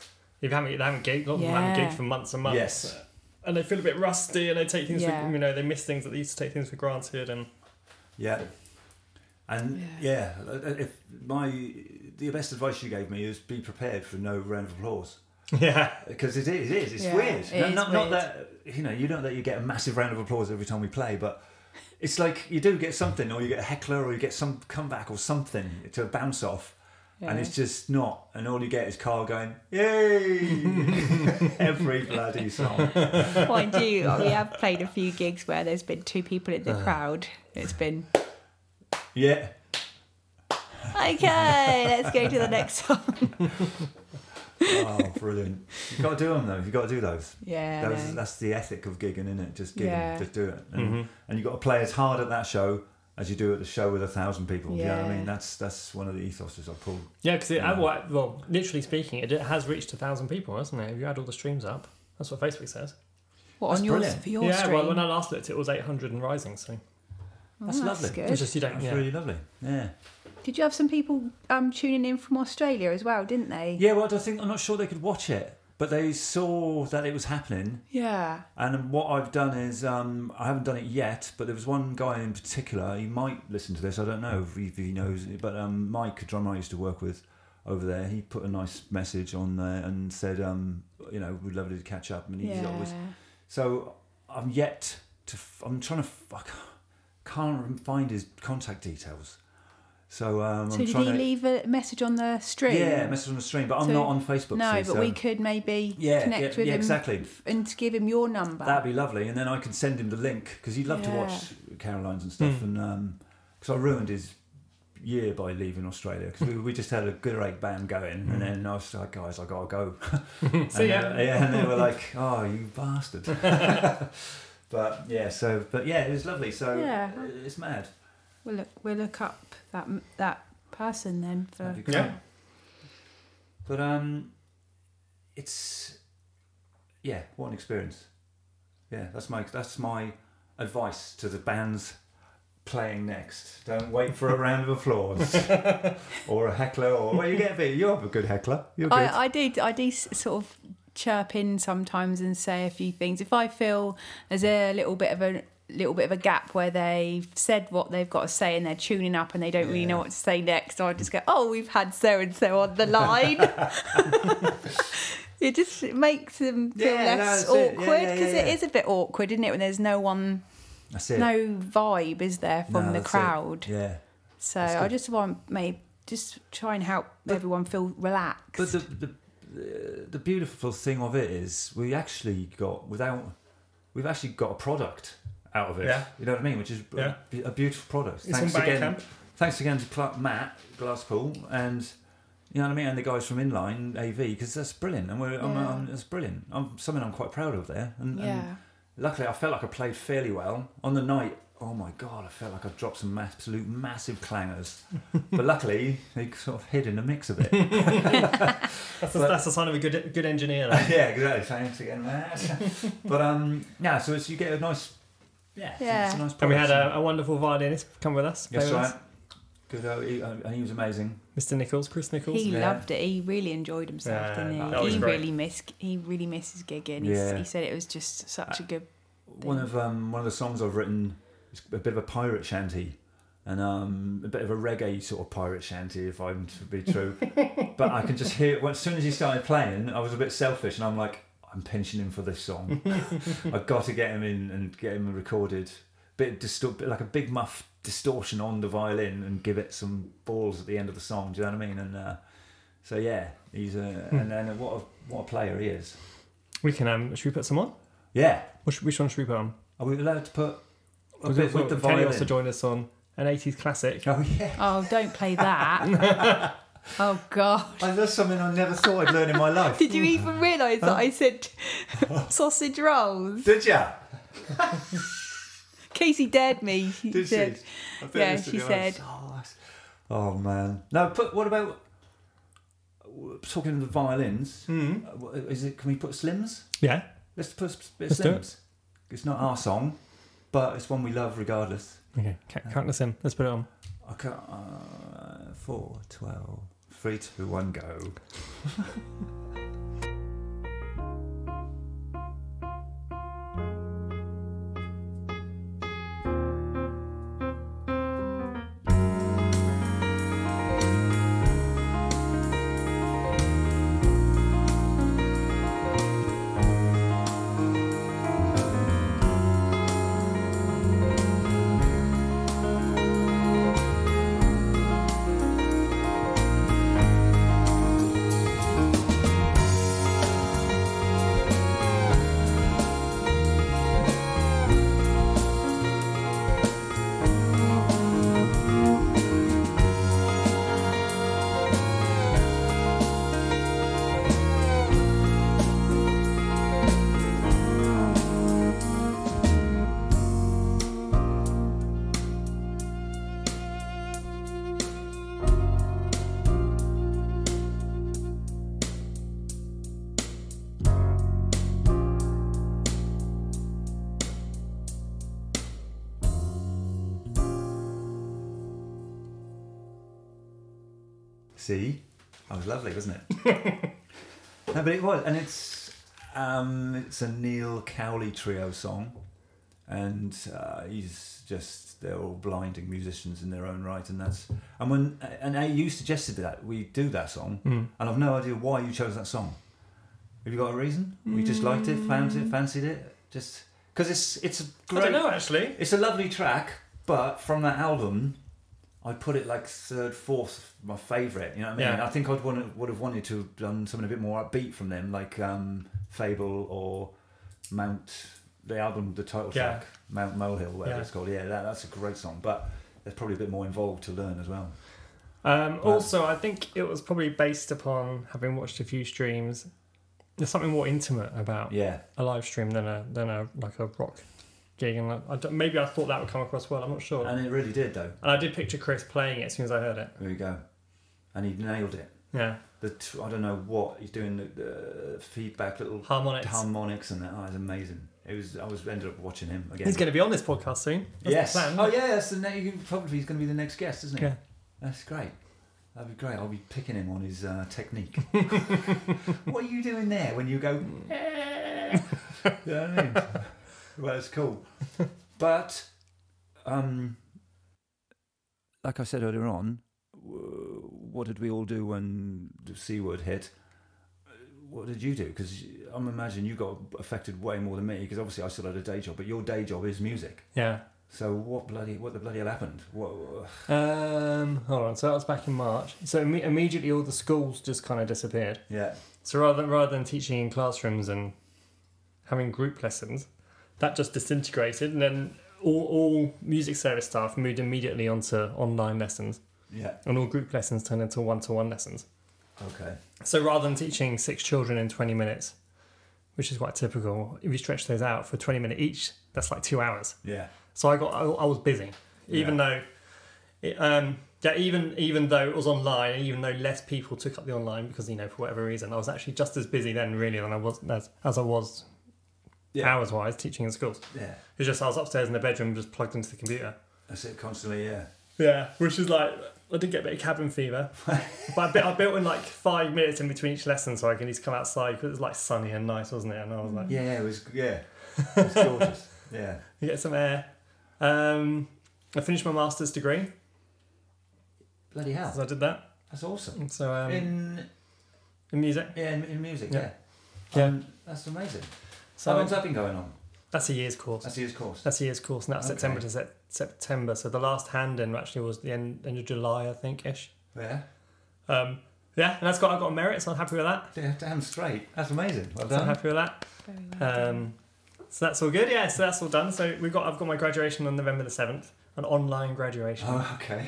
If you haven't, they haven't gigged, a lot of them haven't
Yeah.
gigged for months and months.
Yes.
And they feel a bit rusty and they take things
Yeah.
for, you know, they miss things that they used to take things for granted and
Yeah. And yeah. if my the best advice you gave me is be prepared for no round of applause
Yeah.
because it is it is it's
Yeah,
weird.
it
No-
is
not, not
weird.
that you know you don't that you get a massive round of applause every time we play, but it's like you do get something or you get a heckler or you get some comeback or something to bounce off. And
Yeah.
it's just not, and all you get is Carl going, "Yay!" every bloody song.
Mind you, we have played a few gigs where there's been two people in the
Uh.
crowd. It's been
Yeah,
okay. Let's go to the next song.
oh, brilliant! You got to do them though. You got to do those.
Yeah.
That's,
no.
that's the ethic of gigging, isn't it? Just gigging,
Yeah.
just do it. And, and you've got to play as hard at that show as you do at the show with a thousand people. Yeah, you know what I
Yeah.
mean that's that's one of the ethoses I pulled.
Yeah, because it well, well, literally speaking, it has reached a thousand people, hasn't it? If you add all the streams up, that's what Facebook says.
What
that's
on yours
brilliant.
for your
yeah,
stream?
well, when I last looked, it was eight hundred and rising. So
Oh,
that's lovely.
good.
it's just you don't.
That's
Yeah.
really lovely. Yeah.
Did you have some people um, tuning in from Australia as well? Didn't they?
Yeah. Well, I don't think I'm not sure they could watch it, but they saw that it was happening.
Yeah.
And what I've done is, um, I haven't done it yet, but there was one guy in particular. He might listen to this. I don't know if he, if he knows, but um, Mike, a drummer I used to work with over there, he put a nice message on there and said, um, you know, we'd love to catch up. And he's
Yeah.
always so. I'm yet to. f- I'm trying to. F- I ca- can't find his contact details. So um,
So
I'm
did he
trying to.
leave a message on the stream?
yeah, message on the stream, but I'm
So-
not on Facebook.
no,
see,
but
so-
we could maybe
Yeah, yeah,
connect with
yeah,
him
exactly.
f- and to give him your number.
That'd be lovely, and then I can send him the link because he'd love to
Yeah.
watch Caroline's and stuff.
Mm.
And because I ruined his year by leaving Australia because we, we just had a good rate band going, and then I was like, guys, I gotta go. and
See ya.
They, yeah, and they were like, oh, you bastard. but yeah, so but yeah, it was lovely. So
Yeah.
it's mad.
we'll look. We'll look up that m- that person then for.
That'd be great. But um, it's yeah, what an experience. Yeah, that's my that's my advice to the bands playing next. Don't wait for a round of applause or a heckler or well, you get a bit. You have a good heckler. You're good.
I, I do I do s- sort of chirp in sometimes and say a few things if I feel there's a little bit of a little bit of a gap where they've said what they've got to say and they're tuning up and they don't really know
Yeah.
what to say next. I just go, oh, we've had so and so on the line. it just it makes them feel
Yeah, no,
less
that's it. Yeah, yeah,
awkward 'cause awkward because
yeah,
it
yeah.
is a bit awkward, isn't it? When there's no one,
that's it.
no vibe is there
No,
from the
that's it.
crowd.
Yeah.
So
That's
I
good.
just want maybe just try and help everyone feel relaxed.
But the, the the beautiful thing of it is we actually got without we've actually got a product out of it.
Yeah.
You know what I mean? Which is a-
Yeah.
a beautiful product.
It's on
again.
Bandcamp.
Thanks again to Cla- Matt Glasspool and. You know what I mean, and the guys from Inline AV because that's brilliant, and we're I'm,
Yeah.
I'm, it's brilliant. I'm something I'm quite proud of there, and,
yeah.
and luckily I felt like I played fairly well on the night. oh my god, I felt like I dropped some absolute massive clangers. but luckily, they sort of hid in the mix of it.
That's,
But-
a, that's a sign of a good good engineer. though.
yeah, exactly. Thanks again, Matt. but um, yeah, so it's, you get a nice, yeah, it's-
Yeah.
It's a nice.
and we had
product.
a, a wonderful violinist come with us, play
yes,
with
right.
us.
Good, uh, he, uh, he was amazing.
Mr. Nichols, Chris Nichols.
He
Yeah.
loved it. He really enjoyed himself,
Yeah,
didn't he?
that was
he
great.
really miss. He really misses gigging. He s
Yeah.
He said it was just such a good.
One of um, one of the songs I've written is a bit of a pirate shanty, and um, a bit of a reggae sort of pirate shanty, if I'm to be true. but I can just hear well, as soon as he started playing, I was a bit selfish, and I'm like, I'm pinching him for this song. I've got to get him in and get him recorded. Bit distor- bit like a big muff distortion on the violin, and give it some balls at the end of the song. Do you know what I mean? And uh, so yeah, he's a and then what a what a player he is.
We can. Um, should we put some on?
Yeah,
Which, which one should we put on?
are we allowed to put? A
We've
bit
got-
with the
Kelly
violin.
also joined us on an 80s classic.
Oh yeah.
Oh, don't play that. oh God!
Oh, that's something I never thought I'd learn in my life.
Did you even realise that I said sausage rolls?
Did ya?
Casey dared me. She
Did she?
said-
I bet
Yeah,
that's what
she
it was.
said.
Oh, that's- oh, man. Now, put, what about talking of the violins?
Hmm?
uh, what- Is it? Can we put Slims?
Yeah.
Let's put a bit
Let's
of
do it.
Slims. It's not our song, but it's one we love regardless.
Okay. Ca- Count us in. Let's put it on.
I can't, uh, four, twelve, three, two, one, go. See, that was lovely, wasn't it? no, but it was, and it's um, it's a Neil Cowley trio song, and uh, he's just they're all blinding musicians in their own right, and that's and when and A, you suggested that we do that song,
Hmm.
and I've no idea why you chose that song. Have you got a reason? We just liked it, found it, fancied it, just because it's it's a great.
actually.
It's a lovely track, but from that album, I put it like third, fourth, my favourite. You know what I mean?
Yeah.
I think I'd want would have wanted to have done something a bit more upbeat from them, like um, Fable or Mount. The album, the title
Yeah.
track, Mount Molehill, whatever
Yeah.
it's called. Yeah, that, that's a great song, but there's probably a bit more involved to learn as well.
Um, also, I think it was probably based upon having watched a few streams. There's something more intimate about
Yeah,
a live stream than a than a like a rock gig, and I don't, maybe I thought that would come across well. I'm not sure. And
and it really did though.
I did picture Chris playing it as soon as I heard it.
There you go, and he nailed it.
Yeah,
The t- I don't know what he's doing. The, the feedback, little
harmonics.
harmonics and that. Oh, it's amazing. It was. I was ended up watching him again.
He's going to be on this podcast soon. That's the
yes.
plan.
Oh yeah. That's the ne- you can, probably he's going to be the next guest, isn't he?
Yeah.
That's great. That'd be great. I'll be picking him on his uh, technique. what are you doing there when you go? "Eh?" you know what I mean? well, it's cool. But, um, like I said earlier on, w- what did we all do when the C word hit? What did you do? Because I'm imagining you got affected way more than me. Because obviously I still had a day job, but your day job is music.
Yeah.
So what bloody what the bloody hell happened? What, what-
Um, hold on. So that was back in March. So imme- immediately all the schools just kind of disappeared.
yeah,
So rather than, rather than teaching in classrooms and having group lessons, that just disintegrated, and then all, all music service staff moved immediately onto online lessons,
yeah,
and all group lessons turned into one to one lessons.
okay,
So rather than teaching six children in 20 minutes, which is quite typical, if you stretch those out for 20 minutes each, that's like two hours.
yeah,
So I got I, I was busy, even though, it, um, yeah, even even though it was online, even though less people took up the online because you know for whatever reason, I was actually just as busy then really than I was as as I was.
Yeah.
Hours wise, teaching in schools.
Yeah,
It's just I was upstairs in the bedroom, just plugged into the computer.
that's it constantly. Yeah,
Yeah, which is like I did get a bit of cabin fever, but I, bit, I built in like five minutes in between each lesson so I can just come outside because it was like sunny and nice, wasn't it? And I was like,
yeah, yeah. It was yeah, it was gorgeous. Yeah,
you get some air. Um, I finished my master's degree,
bloody hell,
so I did that.
that's awesome.
And So um, in,
In
music,
yeah, in, in music.
Yeah.
Yeah,
Yeah.
Um, that's amazing.
so
How long's that been going on?
that's a year's course.
That's his course.
That's a year's course, and that's
Okay.
September to sep- September. So the last hand in actually was the end, end of July, I think ish.
yeah,
Um, yeah, and that's got I got a merit, so I'm happy with that.
yeah, damn straight. That's amazing. Well
So I'm
done.
happy with that.
Very well done.
Um, so that's all good. Yeah, so that's all done. So we've got I've got my graduation on November the seventh, an online graduation.
Oh, okay.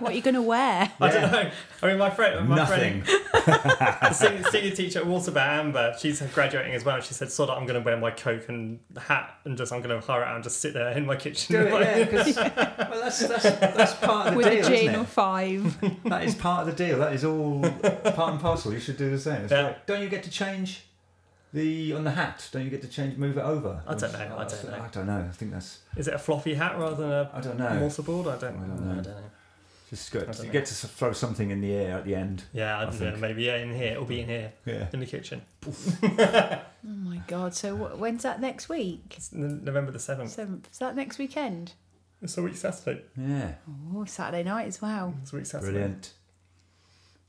what are you going to wear?
I don't know. I mean, my friend, my
Nothing.
friend, the senior, senior teacher at Waterbat, Amber, she's graduating as well. She said, "Sod, it, I'm going to wear my coat and hat and just I'm going to hire it out and just sit there in my kitchen."
Do it, yeah. 'cause- well, that's, that's, that's part of the
With
deal,
a
isn't
gin
it?
or five.
That is part of the deal. That is all part and parcel. You should do the same. It's
Yeah.
like, don't you get to change the on the hat? Don't you get to change move it over?
I don't
Or-
know, I don't know.
I don't know. I think that's.
Is it a fluffy hat rather than a
I don't know.
mortar board? I don't,
I don't
know.
know.
I don't know.
Just
I
good.
don't
You
know.
get to s- throw something in the air at the end.
Yeah, I
I
don't know.
think.
Maybe yeah, in here it'll be in here
Yeah.
in the kitchen.
Oh my God. So wh- when's that next week?
It's n- November the seventh.
Seventh. Is that next weekend?
It's a week Saturday.
Yeah.
Oh, Saturday night as well.
It's a week Saturday.
Brilliant.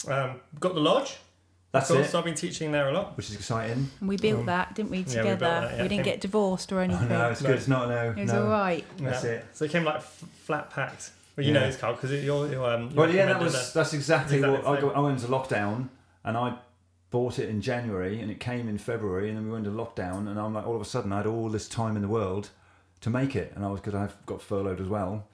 Um, got the lodge.
That's
cool,
it.
So I've been teaching there a lot.
Which is exciting.
And we built
Um,
that, didn't we,
yeah, we built
together?
that, yeah.
We didn't get divorced or
Oh
anything.
no, it's
No.
good. It's not no.
It was
no.
all right.
That's
Yeah.
it.
So it came like f- flat packed. Well, you know
Yeah.
it's Carl because you're, you're um. you
Well, yeah, that
recommended
was
it.
that's exactly,
Exactly
what I,
the
got, I went into lockdown and I bought it in January and it came in February and then we went into lockdown and I'm like all of a sudden I had all this time in the world to make it and I was because I've got furloughed as well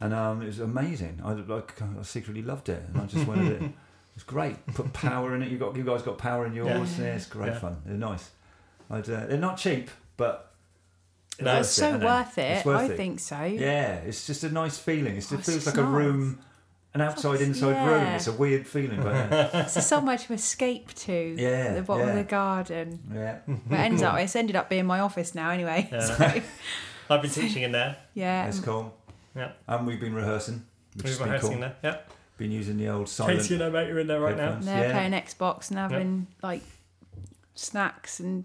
and um, it was amazing. I like I secretly loved it and I just wanted it. It was great. Put power in it. You got you guys got power in yours.
Yeah.
Yeah. it's great
Yeah.
fun. They're nice. I'd, uh, they're not cheap, but
No,
It's so
isn't it?
worth it.
It's worth
I
it.
think so.
Yeah, it's just a nice feeling. It's,
Oh,
it
it's
feels
just
like a
nice.
room, an outside inside
yeah.
room. It's a weird feeling, but uh,
It's somewhere to escape to.
Yeah,
At the bottom of
yeah.
the garden.
yeah,
But it ends up, it's ended up being my office now anyway.
Yeah.
So,
I've been teaching in there.
yeah.
that's cool.
Yeah.
and we've been rehearsing. Which
We've
has
been
been
hosting
cool.
there. Yeah.
Been using the old silent.
Katie and her mate are in there right now.
headphones.
And they're
Yeah.
playing Xbox and having like snacks and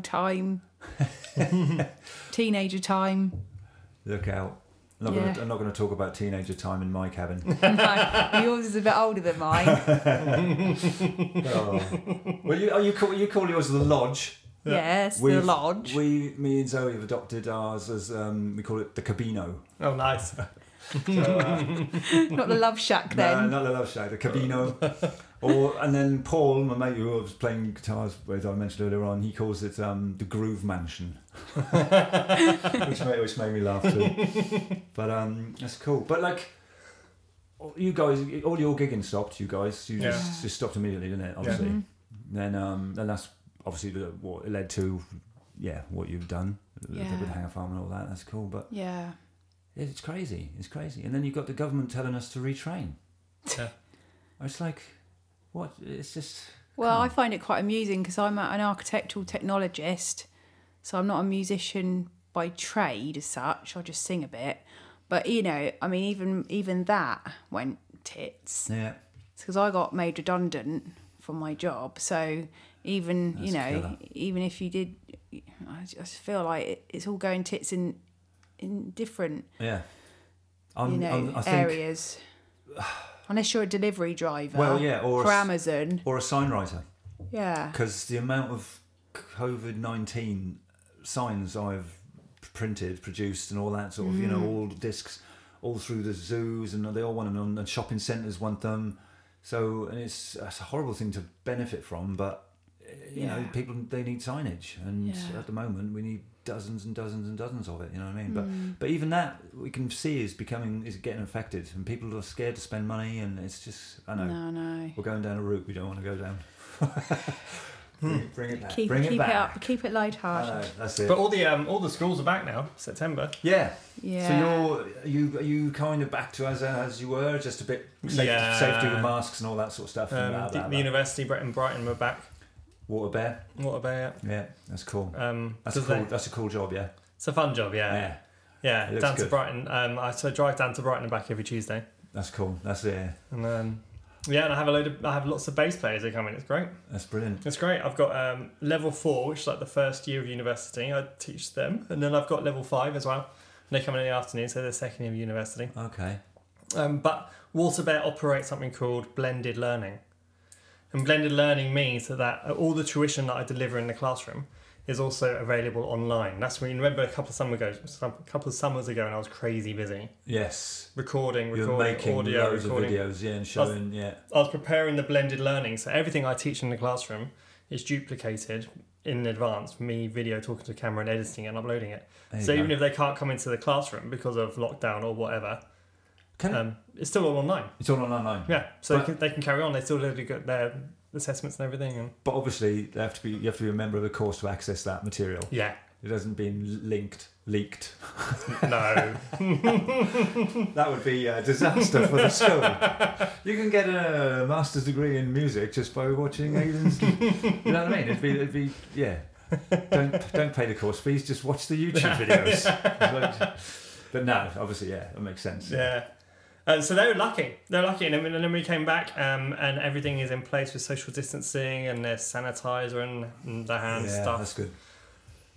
time, teenager time.
Look out! I'm not,
Yeah.
gonna, I'm not going to talk about teenager time in my cabin.
No, yours is a bit older than mine.
oh. Well, you, oh, you call you call yours the lodge.
Yes, the
We've-
lodge.
We, me and Zoe have adopted ours as um, we call it the cabino.
Oh, nice.
So, uh,
Not the love
no,
shack then.
not the love shack, the cabino. or and then Paul, my mate who I was playing guitars with, I mentioned earlier on, he calls it um, the groove mansion, which made which made me laugh too. But um, that's cool. But like, all- you guys, all your gigging stopped. You guys, you
Yeah.
just, just stopped immediately, didn't it? Obviously.
Mhm.
Then um, and that's obviously the- what it led to. Yeah, what you've done
Yeah.
with Hanger Farm and all that. That's cool. But
Yeah.
it's crazy. It's crazy. And then you've got the government telling us to retrain.
Yeah.
It's like, what? It's just.
Well,
Come
I
on.
find it quite amusing because I'm a- an architectural technologist, so I'm not a musician by trade as such. I just sing a bit, but you know, I mean, even even that went tits
Yeah.
because I got made redundant from my job. So even you know,
That's killer.
even if you did, I just feel like it, it's all going tits in in different
Yeah. I'm,
you know
I'm, Um, I think,
areas. Unless you're a delivery driver,
Well, yeah, or
for
a s-
Amazon,
Or a signwriter.
yeah,
Because the amount of COVID 19 signs I've printed, produced, and all that sort of, you
Mm.
know, all discs, all through the zoos, and they all want them, and shopping centres want them. So, and it's, it's a horrible thing to benefit from, but, you know,
Yeah.
people, they need signage. And
Yeah.
at the moment, we need dozens and dozens and dozens of it, you know what I mean? But
Mm.
But even that we can see is becoming is getting affected, and people are scared to spend money, and it's just I know
no, no.
we're going down a route we don't want to go down. Bring, bring it back.
Keep,
bring
keep
it
it,
back.
up. Keep it
I
lighthearted.
know, that's it.
Hmm. But all the um, all the schools are back now. September.
yeah.
Yeah.
So you're you are you kind of back to as as you were, just a bit safety,
Yeah.
safety with masks and all that sort of stuff. and
Um,
blah,
the,
blah,
the
blah.
university, Brighton, Brighton were back.
Water bear.
What about
Yeah, that's cool.
it? Um,
That's a
does
cool.
they-
That's a cool job. Yeah.
It's a fun job, yeah.
Yeah.
Yeah,
It looks
down to
good.
Brighton. Um, I so I drive down to Brighton and back every Tuesday,
That's cool. That's it. yeah.
and um, yeah, and I have a load of I have lots of bass players who come in. It's great.
That's brilliant.
It's great. I've got um, level four, which is like the first year of university. I teach them, and then I've got level five as well. And they come in in the afternoon, so they're second year of university.
Okay.
Um, but Walter Bear operates something called blended learning. And blended learning means that, that all the tuition that I deliver in the classroom is also available online. That's when you remember a couple of summer ago, some- a couple of summers ago, and I was crazy busy
Yes.
recording,
You're
recording,
making
audio,
loads
recording.
of videos, yeah, and showing, yeah.
I was preparing the blended learning, so everything I teach in the classroom is duplicated in advance. Me video talking to camera and editing it and uploading it.
There you
so
go.
even if they can't come into the classroom because of lockdown or whatever,
Can-
um, it's still all online.
it's all on online.
Yeah, so
But-
they, can, they can carry on. They still do get their assessments and everything. And
But obviously, they have to be. You have to be a member of the course to access that material.
yeah,
It hasn't been linked, leaked.
no,
That would be a disaster for the school. You can get a master's degree in music just by watching Aiden's. you know what I mean? It'd be, it'd be yeah. Don't don't pay the course fees. Just watch the YouTube videos. But no, obviously, yeah, that makes sense.
yeah. And so they were lucky. They're lucky, and then, and then we came back, um, and everything is in place with social distancing and their sanitizer and, and the hand
yeah
stuff
that's good.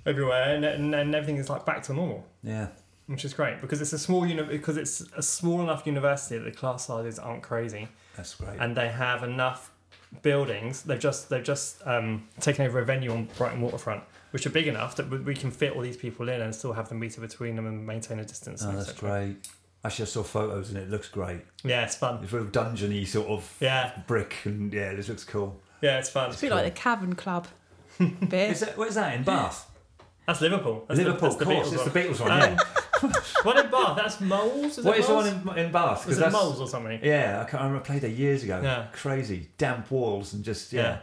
everywhere, and, and, and everything is like back to normal,
Yeah,
which is great because it's a small uni- because it's a small enough university that the class sizes aren't crazy,
that's great.
and they have enough buildings. They've just they've just um, taken over a venue on Brighton Waterfront, which are big enough that we- we can fit all these people in and still have the meter between them and maintain a distance.
oh,
and
that's
etc.
great. Actually, I saw photos and it looks great.
Yeah, it's fun.
It's real dungeony sort of
Yeah,
brick, and yeah, this looks cool.
yeah, it's fun.
It's a bit like the Cavern Club. bit.
Is that, what is that in Bath?
That's Liverpool. That's
Liverpool,
the,
of course.
that's
It's the
the Beatles
Beatles
one.
one. yeah.
Um, what in Bath? That's Moles. Is
What
it
is the
Moles?
one in, in Bath? 'Cause
Is it
that's-
Moles or something?
Yeah, I can't remember. I played there years ago.
Yeah.
Crazy. Damp walls and just, yeah.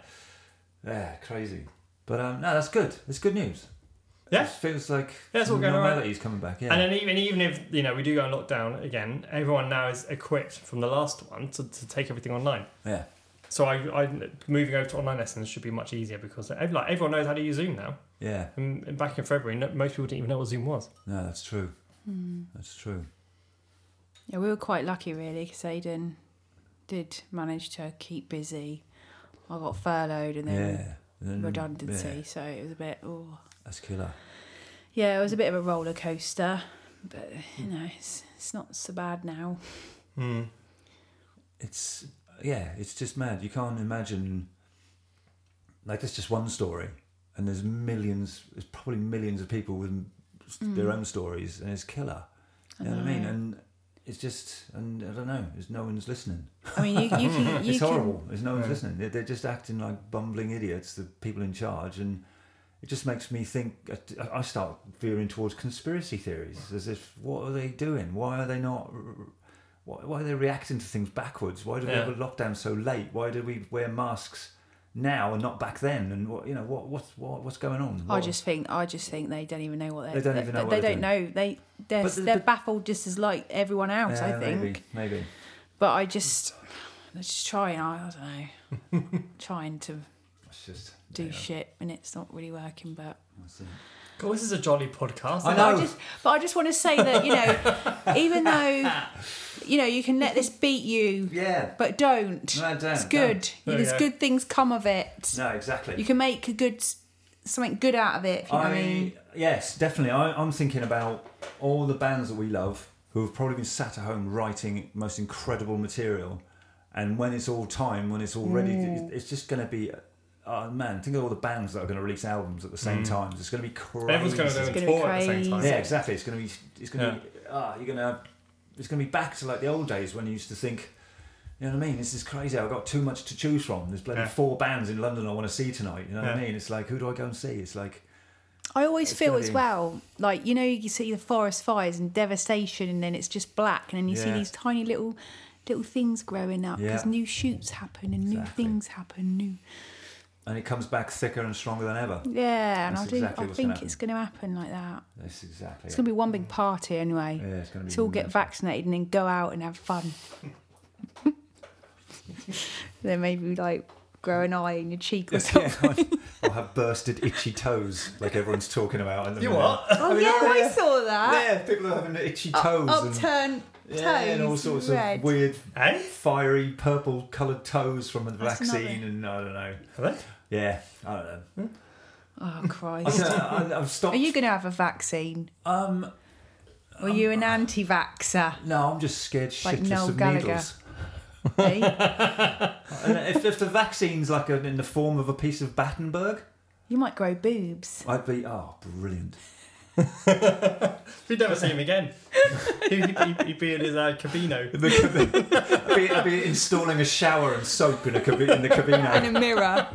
Yeah, crazy. But um, no, that's good. That's good news.
Yeah.
It feels like
Yeah, it's all going all right.
normality's coming back. Yeah.
And then even even if you know we do go on lockdown again, everyone now is equipped from the last one to, to take everything online.
yeah.
So I, I moving over to online lessons should be much easier because ev- like everyone knows how to use Zoom now.
Yeah.
And and back in February, no, most people didn't even know what Zoom was.
No, that's true. That's true.
Hmm. Yeah, we were quite lucky really because Aidan did manage to keep busy. I got furloughed and then
Yeah. And then-
redundancy,
yeah,
so it was a bit. Oh,
that's killer.
yeah, it was a bit of a roller coaster, but you
Hmm.
know, it's it's not so bad now.
Mm.
It's, yeah, it's just mad. You can't imagine, like, that's just one story. And there's millions, there's probably millions of people with their
Mm.
own stories, and it's killer. You know what I mean?
know.
And it's just, and I don't know, there's no one's listening.
I mean, you, you can. You
it's
can,
horrible. There's no one's listening. They're, they're just acting like bumbling idiots, the people in charge. And it just makes me think, I- I start veering towards conspiracy theories as if, what are they doing? Why are they not. Why, why are they reacting to things backwards? Why do we
Yeah.
have a lockdown so late? Why do we wear masks now and not back then? And what you know, what what's what, what's going on?
I
What-
just think I just think they don't even know what they're.
They don't even know what
They,
they're
don't know. They they're,
But the-
they're
but-
baffled just as like everyone else.
Yeah,
I think.
maybe, maybe.
But I just let's just try and I, I don't know, trying to
It's just
do
yeah,
shit and it's not really working. But
that's it.
God, this is a jolly podcast.
I
But
know.
I just, but I just want to say that you know, even though you know you can let this beat you,
Yeah.
but don't.
No, don't,
it's
don't.
good.
There
There's
you go.
good things come of it.
No, exactly.
You can make a good something good out of it. If you know what
I
I mean,
yes, definitely. I, I'm thinking about all the bands that we love who have probably been sat at home writing most incredible material, and when it's all time, when it's all ready,
Mm.
it's just going to be. Oh man, think of all the bands that are going to release albums at the same time. It's going to be crazy.
Mm. Everyone's going to
It's
go
gonna
on
be
tour at the same
crazy.
time.
Yeah, exactly. It's going to be. It's going to. Be, ah, you're going to. It's going to be back to like the old days when you used to think. You know what I mean? This is crazy. I've got too much to choose from. There's bloody
Yeah.
four bands in London I want to see tonight. You know what I
Yeah.
mean? It's like, who do I go and see? It's like,
I always
It's
feel
gonna
as
be-
well like you know you see the forest fires and devastation, and then it's just black, and then you see
Yeah.
these tiny little little things growing up because
Yeah.
new shoots happen and new
Exactly.
things happen. New
and it comes back thicker and stronger than ever.
Yeah, and
That's
I do.
exactly
I
what's
think
gonna
it's going to happen like that.
That's exactly.
It's
it.
going to be one big party anyway.
yeah, it's going to be.
Let's all get vaccinated and then go out and have fun. then maybe like grow an eye in your cheek or
Yes,
something.
yeah, I'll- I'll have bursted itchy toes like everyone's talking about. In the
You
minute.
what?
Oh yeah, I saw that.
Yeah, people are having itchy
uh, Up-
toes and,
Upturned toes.
yeah, and all sorts
red.
of weird,
Eh?
fiery, purple coloured toes from the
That's
vaccine,
another-
and I don't know.
Hello?
Yeah, I don't know.
Oh
I
Christ!
don't know. I, I've stopped.
Are you going to have a vaccine?
um,
Or are you an anti-vaxer?
no, I'm just scared
Like
shitless
Noel
of
Gallagher.
needles.
eh?
And if, if the vaccine's like a, in the form of a piece of Battenberg,
you might grow boobs.
I'd be oh brilliant.
We'd never see him again. he'd, be- he'd be in his uh, cabino.
I'd be, I'd be installing a shower and soap in a cabi- in the cabino.
In a mirror.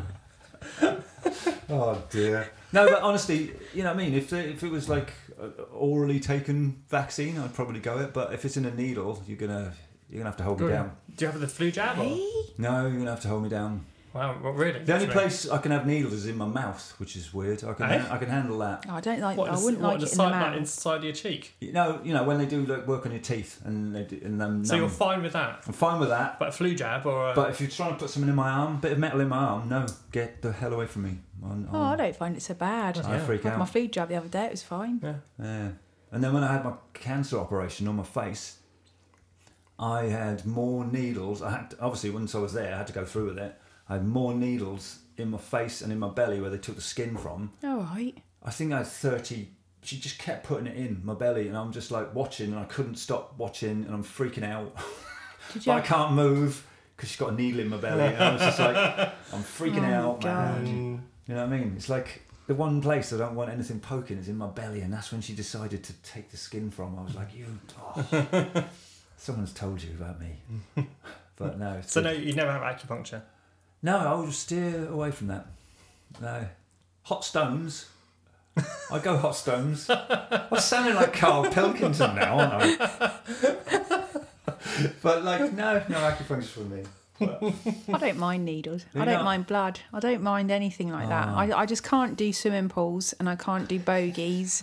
Oh dear. No, but honestly, you know what I mean. If the, if it was like a orally taken vaccine, I'd probably go it. But if it's in a needle, you're gonna you're gonna have to hold me down.
Do you have the flu
Eh?
jab? Or?
No, you're gonna have to hold me down.
Wow, well, really?
The only
Sorry.
place I can have needles is in my mouth, which is weird. I can
Eh?
I can handle that.
Oh, I don't like.
What,
I
the-
wouldn't
what,
like
the
it in the
side, like,
mouth.
inside your cheek.
You know, you know when they do like work on your teeth and they do, and then
So you're fine with that,
I'm fine with that.
but a flu jab or a,
But if you're trying to put something in my arm, bit of metal in my arm, no, get the hell away from me. I'm,
Oh, I
I'm,
don't find it so bad.
I
Yeah.
freak
had my
out.
food jab the other day. It was fine.
Yeah. And then when I had my cancer operation on my face, I had more needles. I had to, obviously once I was there, I had to go through with it. I had more needles in my face and in my belly where they took the skin from.
All right.
I think I had thirty. She just kept putting it in my belly, and I'm just like watching, and I couldn't stop watching, and I'm freaking out.
Did you?
but I can't move because she's got a needle in my belly. And I was just like, I'm freaking
Oh,
out,
God.
man. You know what I mean? It's like the one place I don't want anything poking is in my belly, and that's when she decided to take the skin from. I was like, you, oh, someone's told you about me. But no, it's
so
good.
no, you never have acupuncture.
no, I will steer away from that. No, hot stones. I go hot stones. I'm sounding like Carl Pilkington now, aren't I? but like, no, no acupuncture for me.
I don't mind needles.
Do you
I don't
not?
mind blood. I don't mind anything like that.
Ah.
I, I just can't do swimming pools and I can't do bogies.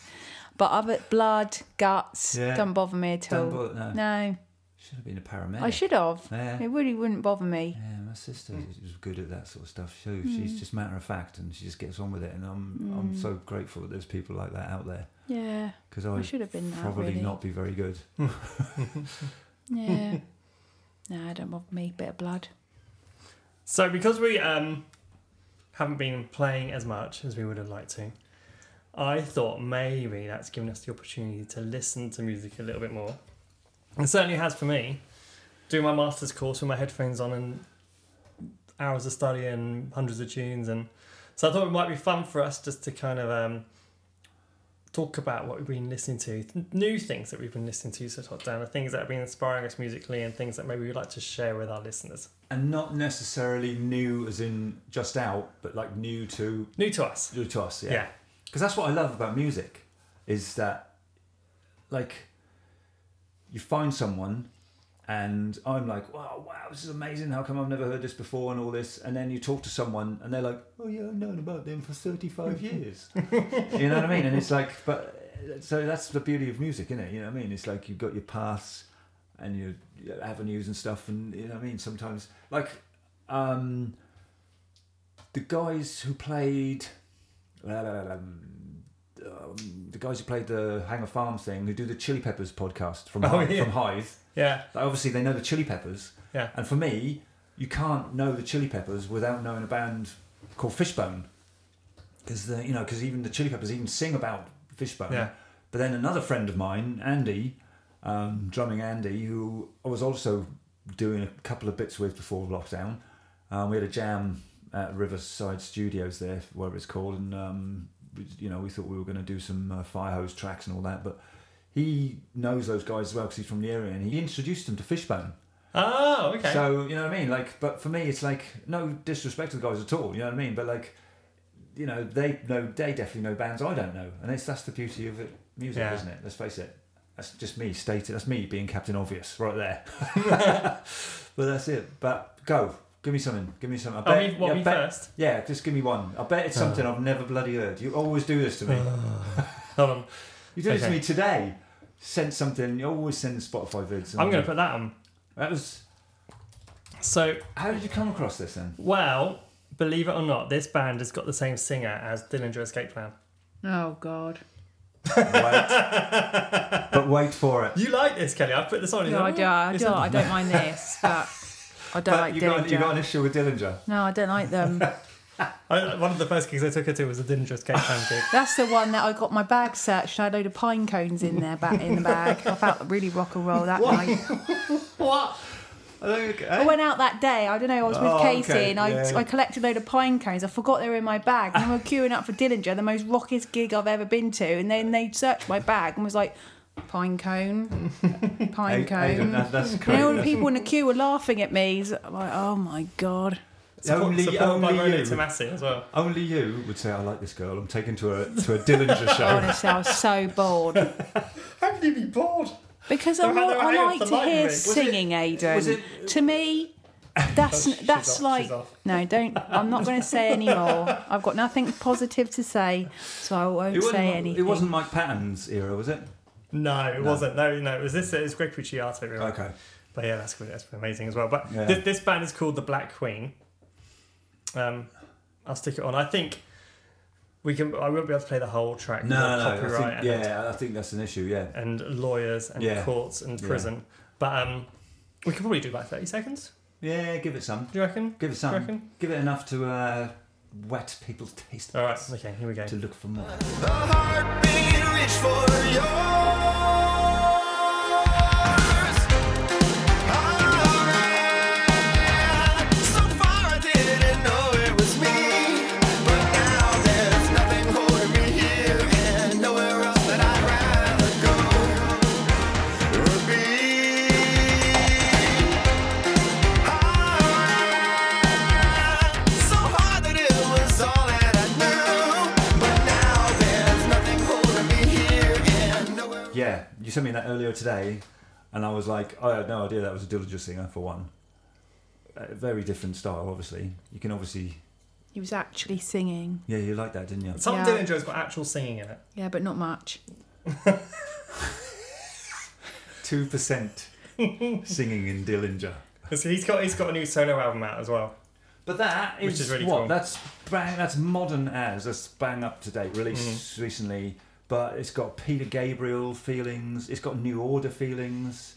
But other blood, guts,
Yeah.
don't bother me at all.
Don't bother, no.
no,
Should have been a paramedic.
I should have. Mm.
Yeah.
It really wouldn't bother me.
Yeah, my sister is was good at that sort of stuff.
Mm.
She, She's just matter of fact, and she just gets on with it. And I'm I'm so grateful that there's people like that out there
Yeah,
because
Mm. I
I
should have been that.
probably
really.
not be very good.
Yeah. no, don't bother me. Bit of blood.
So because we um, haven't been playing as much as we would have liked to, I thought maybe that's given us the opportunity to listen to music a little bit more. It certainly has for me. Doing my master's course with my headphones on and hours of study and hundreds of tunes and so I thought it might be fun for us just to kind of um, talk about what we've been listening to, th- new things that we've been listening to, so top down, the things that have been inspiring us musically and things that maybe we'd like to share with our listeners.
And not necessarily new, as in just out, but like new to
New to us.
new to us.
yeah.
because that's what I love about music is that like you find someone and I'm like wow wow this is amazing how come I've never heard this before and all this and then you talk to someone and they're like oh yeah I've known about them for 35 years you know what I mean and it's like but so that's the beauty of music isn't it you know what I mean it's like you've got your paths and your, your avenues and stuff and you know what I mean sometimes like um the guys who played um, um, the guys who played the Hanger Farm thing, who do the Chili Peppers podcast from
Oh,
Hythe,
yeah.
from Hythe,
Yeah,
like, obviously they know the Chili Peppers,
yeah.
and for me, you can't know the Chili Peppers without knowing a band called Fishbone, because the you know because even the Chili Peppers even sing about Fishbone.
Yeah.
But then another friend of mine, Andy, um, drumming Andy, who I was also doing a couple of bits with before lockdown. Um, we had a jam at Riverside Studios there, whatever it's called, and um, we- you know we thought we were going to do some uh, Firehose tracks and all that, but he knows those guys as well because he's from the area, and he introduced them to Fishbone.
Oh, okay.
So you know what I mean? Like, but for me, it's like no disrespect to the guys at all. You know what I mean? But like, you know, they know they definitely know bands I don't know, and it's that's the beauty of it, music,
Yeah.
isn't it? Let's face it. That's just me stated. That's me being Captain Obvious right there. but that's it. But go Give me something. Give me something. I bet,
I mean, what
I
me
bet-
first? Uh.
Yeah, just give me one. I bet it's something I've never bloody heard. You always do this to me.
Hold on.
you did it to
Uh, okay.
me today. Sent something. You always send Spotify vids. and
I'm going to put that on.
That was.
So,
How did you come across this then?
well, believe it or not, this band has got the same singer as Dillinger Escape Plan.
Oh God.
Wait. but wait for it.
You like this, Kelly? I put this on. "Oh,
No, I do. I, do,
don't.
I don't mind this, but I don't
But
like
you, got, you
Dillinger.
got an issue with Dillinger.
No, I don't like them.
I, one of the first gigs I took her to was a Dillinger Escape Plan gig.
That's the one that I got my bag searched. and I had a load of pine cones in there, back in the bag. I felt really rock and roll that night.
What? I don't, eh?
I went out that day. I don't know. I was with
Oh,
Katie,
okay,
and I,
yeah.
I collected a load of pine cones. I forgot they were in my bag. And we were queuing up for Dillinger, the most rockiest gig I've ever been to. And then they searched my bag and was like, pine cone,
Hey,
pine
hey,
cone.
that's, that's
And all
crazy.
the people in the queue were laughing at me. So I'm like, oh my god.
Support-
only,
supported by
only
Ronan
you.
Tomasi as well.
Only you would say, "I like this girl. I'm taking to a to a Dillinger show."
Honestly, I was so bored
How can you be bored?
because I,
They're-
wa-
they're
I
out
like
for
to hear
lightning. Was it-
singing, Aiden.
was it-
to me, that's
She's off,
that's
she's
like
off.
no, don't. I'm not going to say anymore. I've got nothing positive to say, so I won't
It wasn't,
say
Mi-
anything.
it wasn't Mike Patton's era, was it?
No, it wasn't. No, no, it was this. It was Greg Puciato. Really.
Okay.
But yeah, that's good. That's amazing as well. But
Yeah.
this, this band is called the Black Queen. Um, I'll stick it on. I think we can. I won't be able to play the whole track.
No,
because
no.
of
no, I
copyright
think, yeah, I think that's an issue. Yeah.
and, and lawyers and
Yeah.
courts and
Yeah.
prison. But um, we could probably do about thirty seconds.
Yeah, give it some.
Do you reckon?
Give it
Do you
some.
reckon?
Give it enough to uh, wet people's taste
All right.
buds
Okay. Here we go.
to look for more. Yeah, you sent me that earlier today, and I was like, I had no idea that was a Dillinger singer for one. Uh, very different style, obviously. You can obviously,
He was actually singing,
yeah, you liked that, didn't you?
Some
Yeah.
Dillinger's got actual singing in it.
yeah, but not much.
Two percent singing in Dillinger.
So he's got he's got a new solo album out as well.
But that is,
Which is really
what
cool.
that's bang. That's modern as that's bang up to date.
Mm-hmm.
Released recently, but it's got Peter Gabriel feelings. It's got New Order feelings.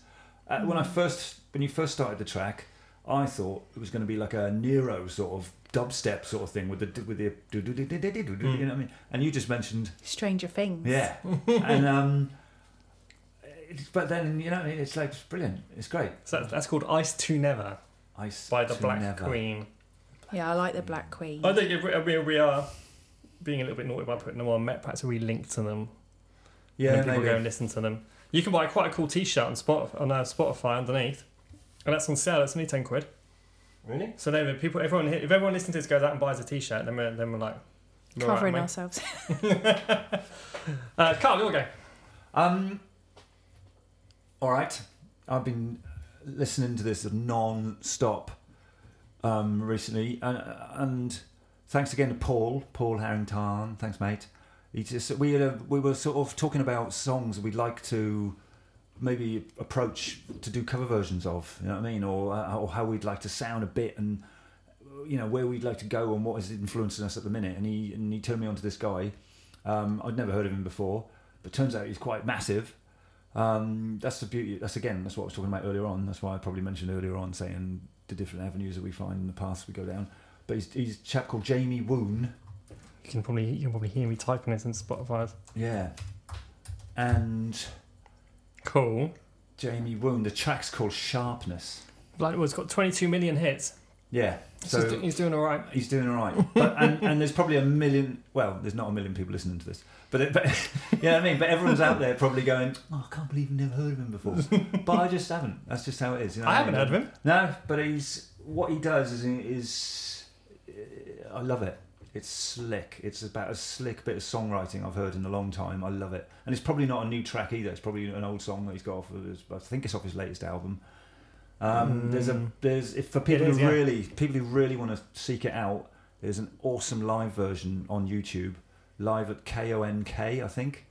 Uh, When I
Mm-hmm.
first when you first started the track, I thought it was going to be like a Nero sort of dubstep sort of thing with the with the do- do- do- do- do- do- do-
Mm.
do, you know what I mean. And you just mentioned
Stranger Things.
yeah, and um, it's- but then you know it's like it's brilliant. It's great.
So that's called Ice to Never
Ice
by the
to
Black
Never.
Queen.
yeah, I like the Black Queen.
I think if we, we, we are being a little bit naughty by putting them on. Met perhaps we link to them.
Yeah,
and then people
maybe.
go and listen to them. You can buy quite a cool T-shirt on Spotify, on uh, Spotify underneath, and that's on sale. It's only ten quid.
Really?
So then if people, everyone, if everyone listening to this goes out and buys a T-shirt, then we're then we're like we're all right,
Covering
mate.
ourselves.
Uh, Carl, you'll go.
Um. All right, I've been listening to this non-stop um, recently, and, and thanks again to Paul, Paul Harrington. Thanks, mate. He just we had a, we were sort of talking about songs we'd like to maybe approach to do cover versions of, you know what I mean, or uh, or how we'd like to sound a bit and you know where we'd like to go and what is influencing us at the minute. And he and he turned me on to this guy. Um, I'd never heard of him before, but turns out he's quite massive. Um, that's the beauty. That's again, that's what I was talking about earlier on. That's why I probably mentioned earlier on saying the different avenues that we find and the paths we go down. But he's, he's a chap called Jamie Woon.
You can probably you can probably hear me typing this in Spotify.
Yeah, and
Cool.
Jamie Woon. The track's called Sharpness.
Blackwood's got 22 million hits.
Yeah,
So he's, do- he's doing all right.
He's doing all right, but, and, and there's probably a million. Well, there's not a million people listening to this, but it, but you know what I mean. But everyone's out there probably going, "Oh, I can't believe I've never heard of him before." But I just haven't. That's just how it is. You know
I
what
haven't
mean?
heard of him.
No, but he's what he does is is uh, I love it. It's slick. It's about a slick bit of songwriting I've heard in a long time. I love it, and it's probably not a new track either. It's probably an old song that he's got off. Of his, I think it's off his latest album, Um, There's a
Mm.
there's if for people
It is,
who
yeah.
really people who really want to seek it out, there's an awesome live version on YouTube, live at KONK I think.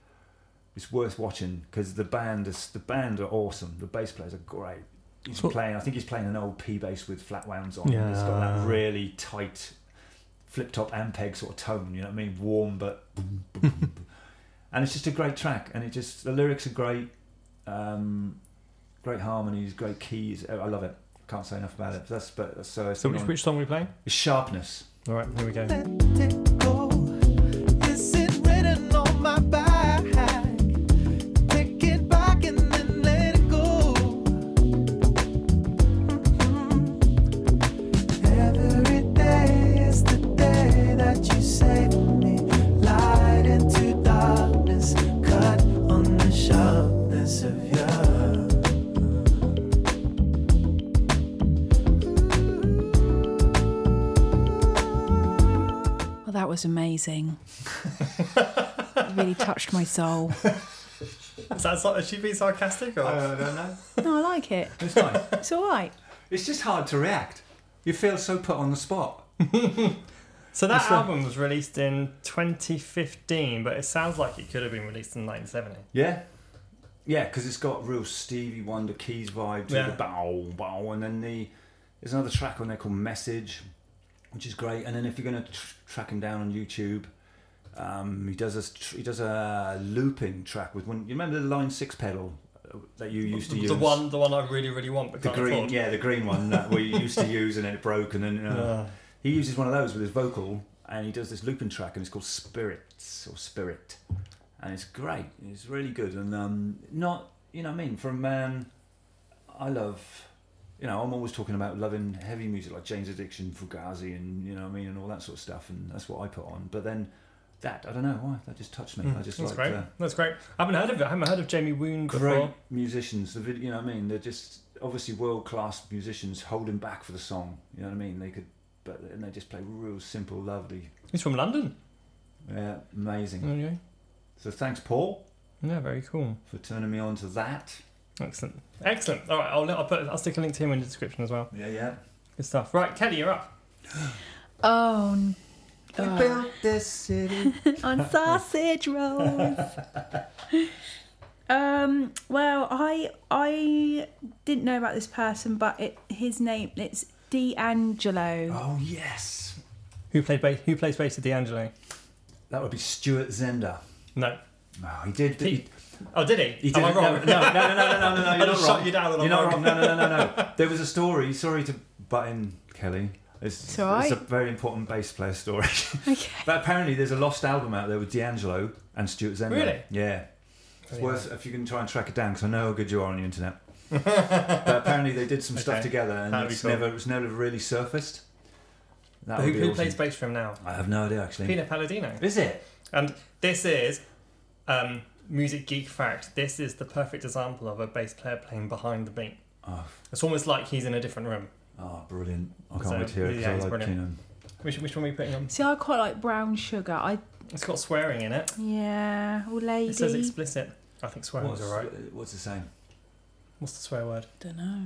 It's worth watching because the band is the band are awesome. The bass players are great. He's
Cool.
playing I think he's playing an old P bass with flat wounds on. It's got
Yeah.
that really tight flip top Ampeg sort of tone. You know what I mean? Warm but and it's just a great track and it just the lyrics are great um great harmonies great keys Uh, i love it can't say enough about it that's uh, but so,
So which, which song are we playing?
sharpness
All right, here we go.
oh, Mm-hmm.
Well, that was amazing. It really touched my soul.
Is that so, is she being sarcastic or?
Uh, don't know
No, I like it.
it's nice
It's all right.
it's just hard to react you feel so put on the spot
so that
it's the-
album was released in 2015, but it sounds like it could have been released in 1970.
yeah yeah because it's got real stevie wonder keys vibe to
Yeah.
the bow bow and then the there's another track on there called message which is great and then if you're going to tr- track him down on youtube um, he does a tr- he does a looping track with one. You remember the Line Six pedal uh, that you used to
the,
use?
the one, the one I really, really want, but
the
can't
green,
afford.
yeah, the green one that we used to use, and then it broke, and then uh,
Uh,
he uses one of those with his vocal, and he does this looping track, and it's called Spirits or Spirit, and it's great. It's really good, and um, not you know what I mean for a man, I love. You know, I'm always talking about loving heavy music like Jane's Addiction, Fugazi, and you know what I mean, and all that sort of stuff, and that's what I put on. But then that, I don't know why, that just touched me. I just
Mm,
like
that's great.
uh,
That's great. I haven't heard of it. I haven't heard of Jamie Woon
great
before.
musicians. The video, you know what I mean? They're just obviously world class musicians holding back for the song. You know what I mean? They could, but and they just play real simple, lovely.
He's from London.
Yeah, amazing.
Anyway,
So thanks, Paul,
yeah, very cool.
for turning me on to that.
Excellent. Excellent. All right, I'll, I'll put. I'll stick a link to him in the description as well.
Yeah, yeah.
Good stuff. Right, Kelly, you're up.
Oh, n-
We
Ah.
oh.
built this city.
on sausage rolls. um. Well, I I didn't know about this person, but it his name it's D'Angelo.
Oh yes,
Who played bass? Who plays bass at D'Angelo?
that would be Stuart Zender.
No.
Oh, he did.
He-
He,
Oh, did he?
he did
Am I
No, no, no, no,
wrong?
no, no, no. no
I
you're
just
not
shut
wrong.
you down and
You're
I'm
not
wrong.
wrong. No, no, no, no, no. There was a story. Sorry to butt in, Kelly. It's,
It's all
it's a
right.
very important bass player story.
Okay.
But apparently, there's a lost album out there with D'Angelo and Stuart Zender.
Really?
Yeah. It's
Yeah.
worth if you can try and track it down because I know how good you are on the internet. but apparently, they did some stuff
Okay.
together and
That'd be
it's
cool.
never it's never really surfaced. That
Who,
would be
who
awesome.
plays bass for him now?
I have no idea actually.
Pina Palladino.
Is it?
And this is um, music geek fact. This is the perfect example of a bass player playing behind the beat.
Oh,
It's almost like he's in a different room.
oh brilliant! I can't
So,
wait to hear it 'cause
yeah, it's
I like
brilliant.
Keenan.
Which, which one are we putting on?
See, I quite like brown sugar. I
It's got swearing in it.
yeah, or lady.
It says explicit. I think swearing
What's,
is alright.
what's the same?
What's the swear word?
don't know.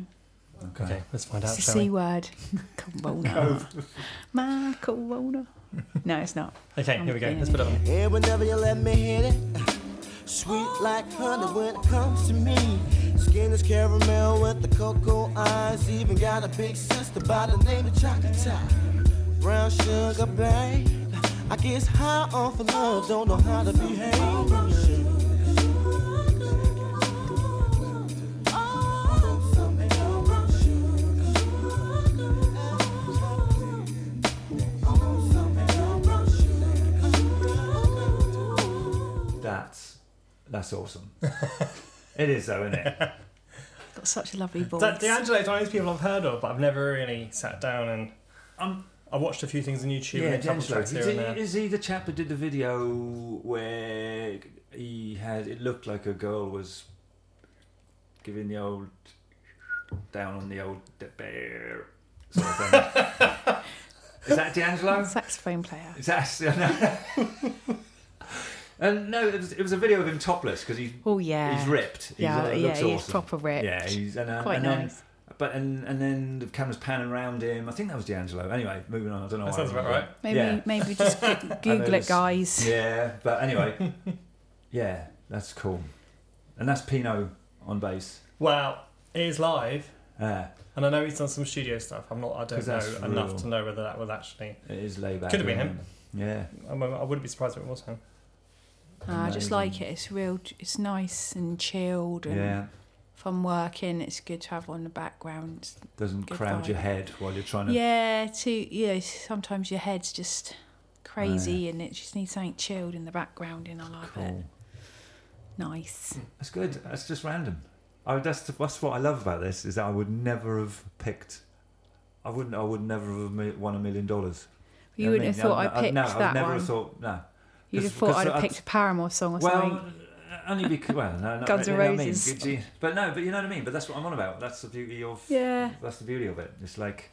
Okay.
Okay, let's find out,
It's the
shall
C
we?
word. Corona. My corona. No, it's not.
Okay, here we go. Let's put it on.
Yeah, whenever you let me hit it, uh, sweet like honey when it comes to me. Skin is caramel with the cocoa eyes. Even got a big sister by the name of Chocolate. Brown sugar, babe. I guess high off of love, don't know how to behave.
That's that's awesome. it is though, isn't it?
Got such a lovely voice.
Da- D'Angelo's one of these people I've heard of, but I've never really sat down and.
Um,
I watched a few things on YouTube and a couple
D'Angelo.
tracks here
Is
and
he-
there.
Is he the chap that did the video where he had it looked like a girl was giving the old down on the old de- bear sort of thing? is that D'Angelo?
Saxophone player.
Is that no. And no, it was, it was a video of him topless because he's
Oh yeah.
he's ripped. He's,
Yeah,
uh,
yeah,
looks
he's
awesome.
proper ripped.
Yeah, he's and, uh,
Quite
and
nice.
Then, But and and then the cameras panning around him. I think that was D'Angelo. Anyway, moving on. I don't know.
That
why I
sounds about
remember
right.
Maybe
Yeah.
maybe just go- Google it,
it's-
guys.
that. Yeah, but anyway, yeah, that's cool. And that's Pino on bass.
Wow, it is live,
Uh,
and I know he's done some studio stuff. I'm not. I
'Cause
don't know
that's
enough
real.
to know whether that was actually.
it is laid back.
Could have been
isn't it? Yeah.
I, mean, I wouldn't be surprised if it was him.
Ah, I just like it. It's real. It's nice and chilled. And
Yeah.
if I'm working, it's good to have on the background. It's-
Doesn't
Good
crowd
vibe.
your head while you're trying to.
Yeah, to you know, sometimes your head's just crazy and it just needs something chilled in the background, and I like it.
Oh, Cool.
Nice.
That's good. That's just random. I, that's the, that's what I love about this is that I would never have picked. I wouldn't. I would never have mi- won a million dollars.
You
know what I
wouldn't have
mean?
thought I,
I'd-
picked
no, I'd
that
never
one.
have thought. No.
You'd
'cause-
have thought I'd have
because
picked a Paramore song or
Well,
something.
uh, only because well, no, no,
Guns
you
N'
know what I mean?
Roses.
Good gee- But no, but you know what I mean. But that's what I'm on about. That's the beauty of.
Yeah.
That's the beauty of it. It's like,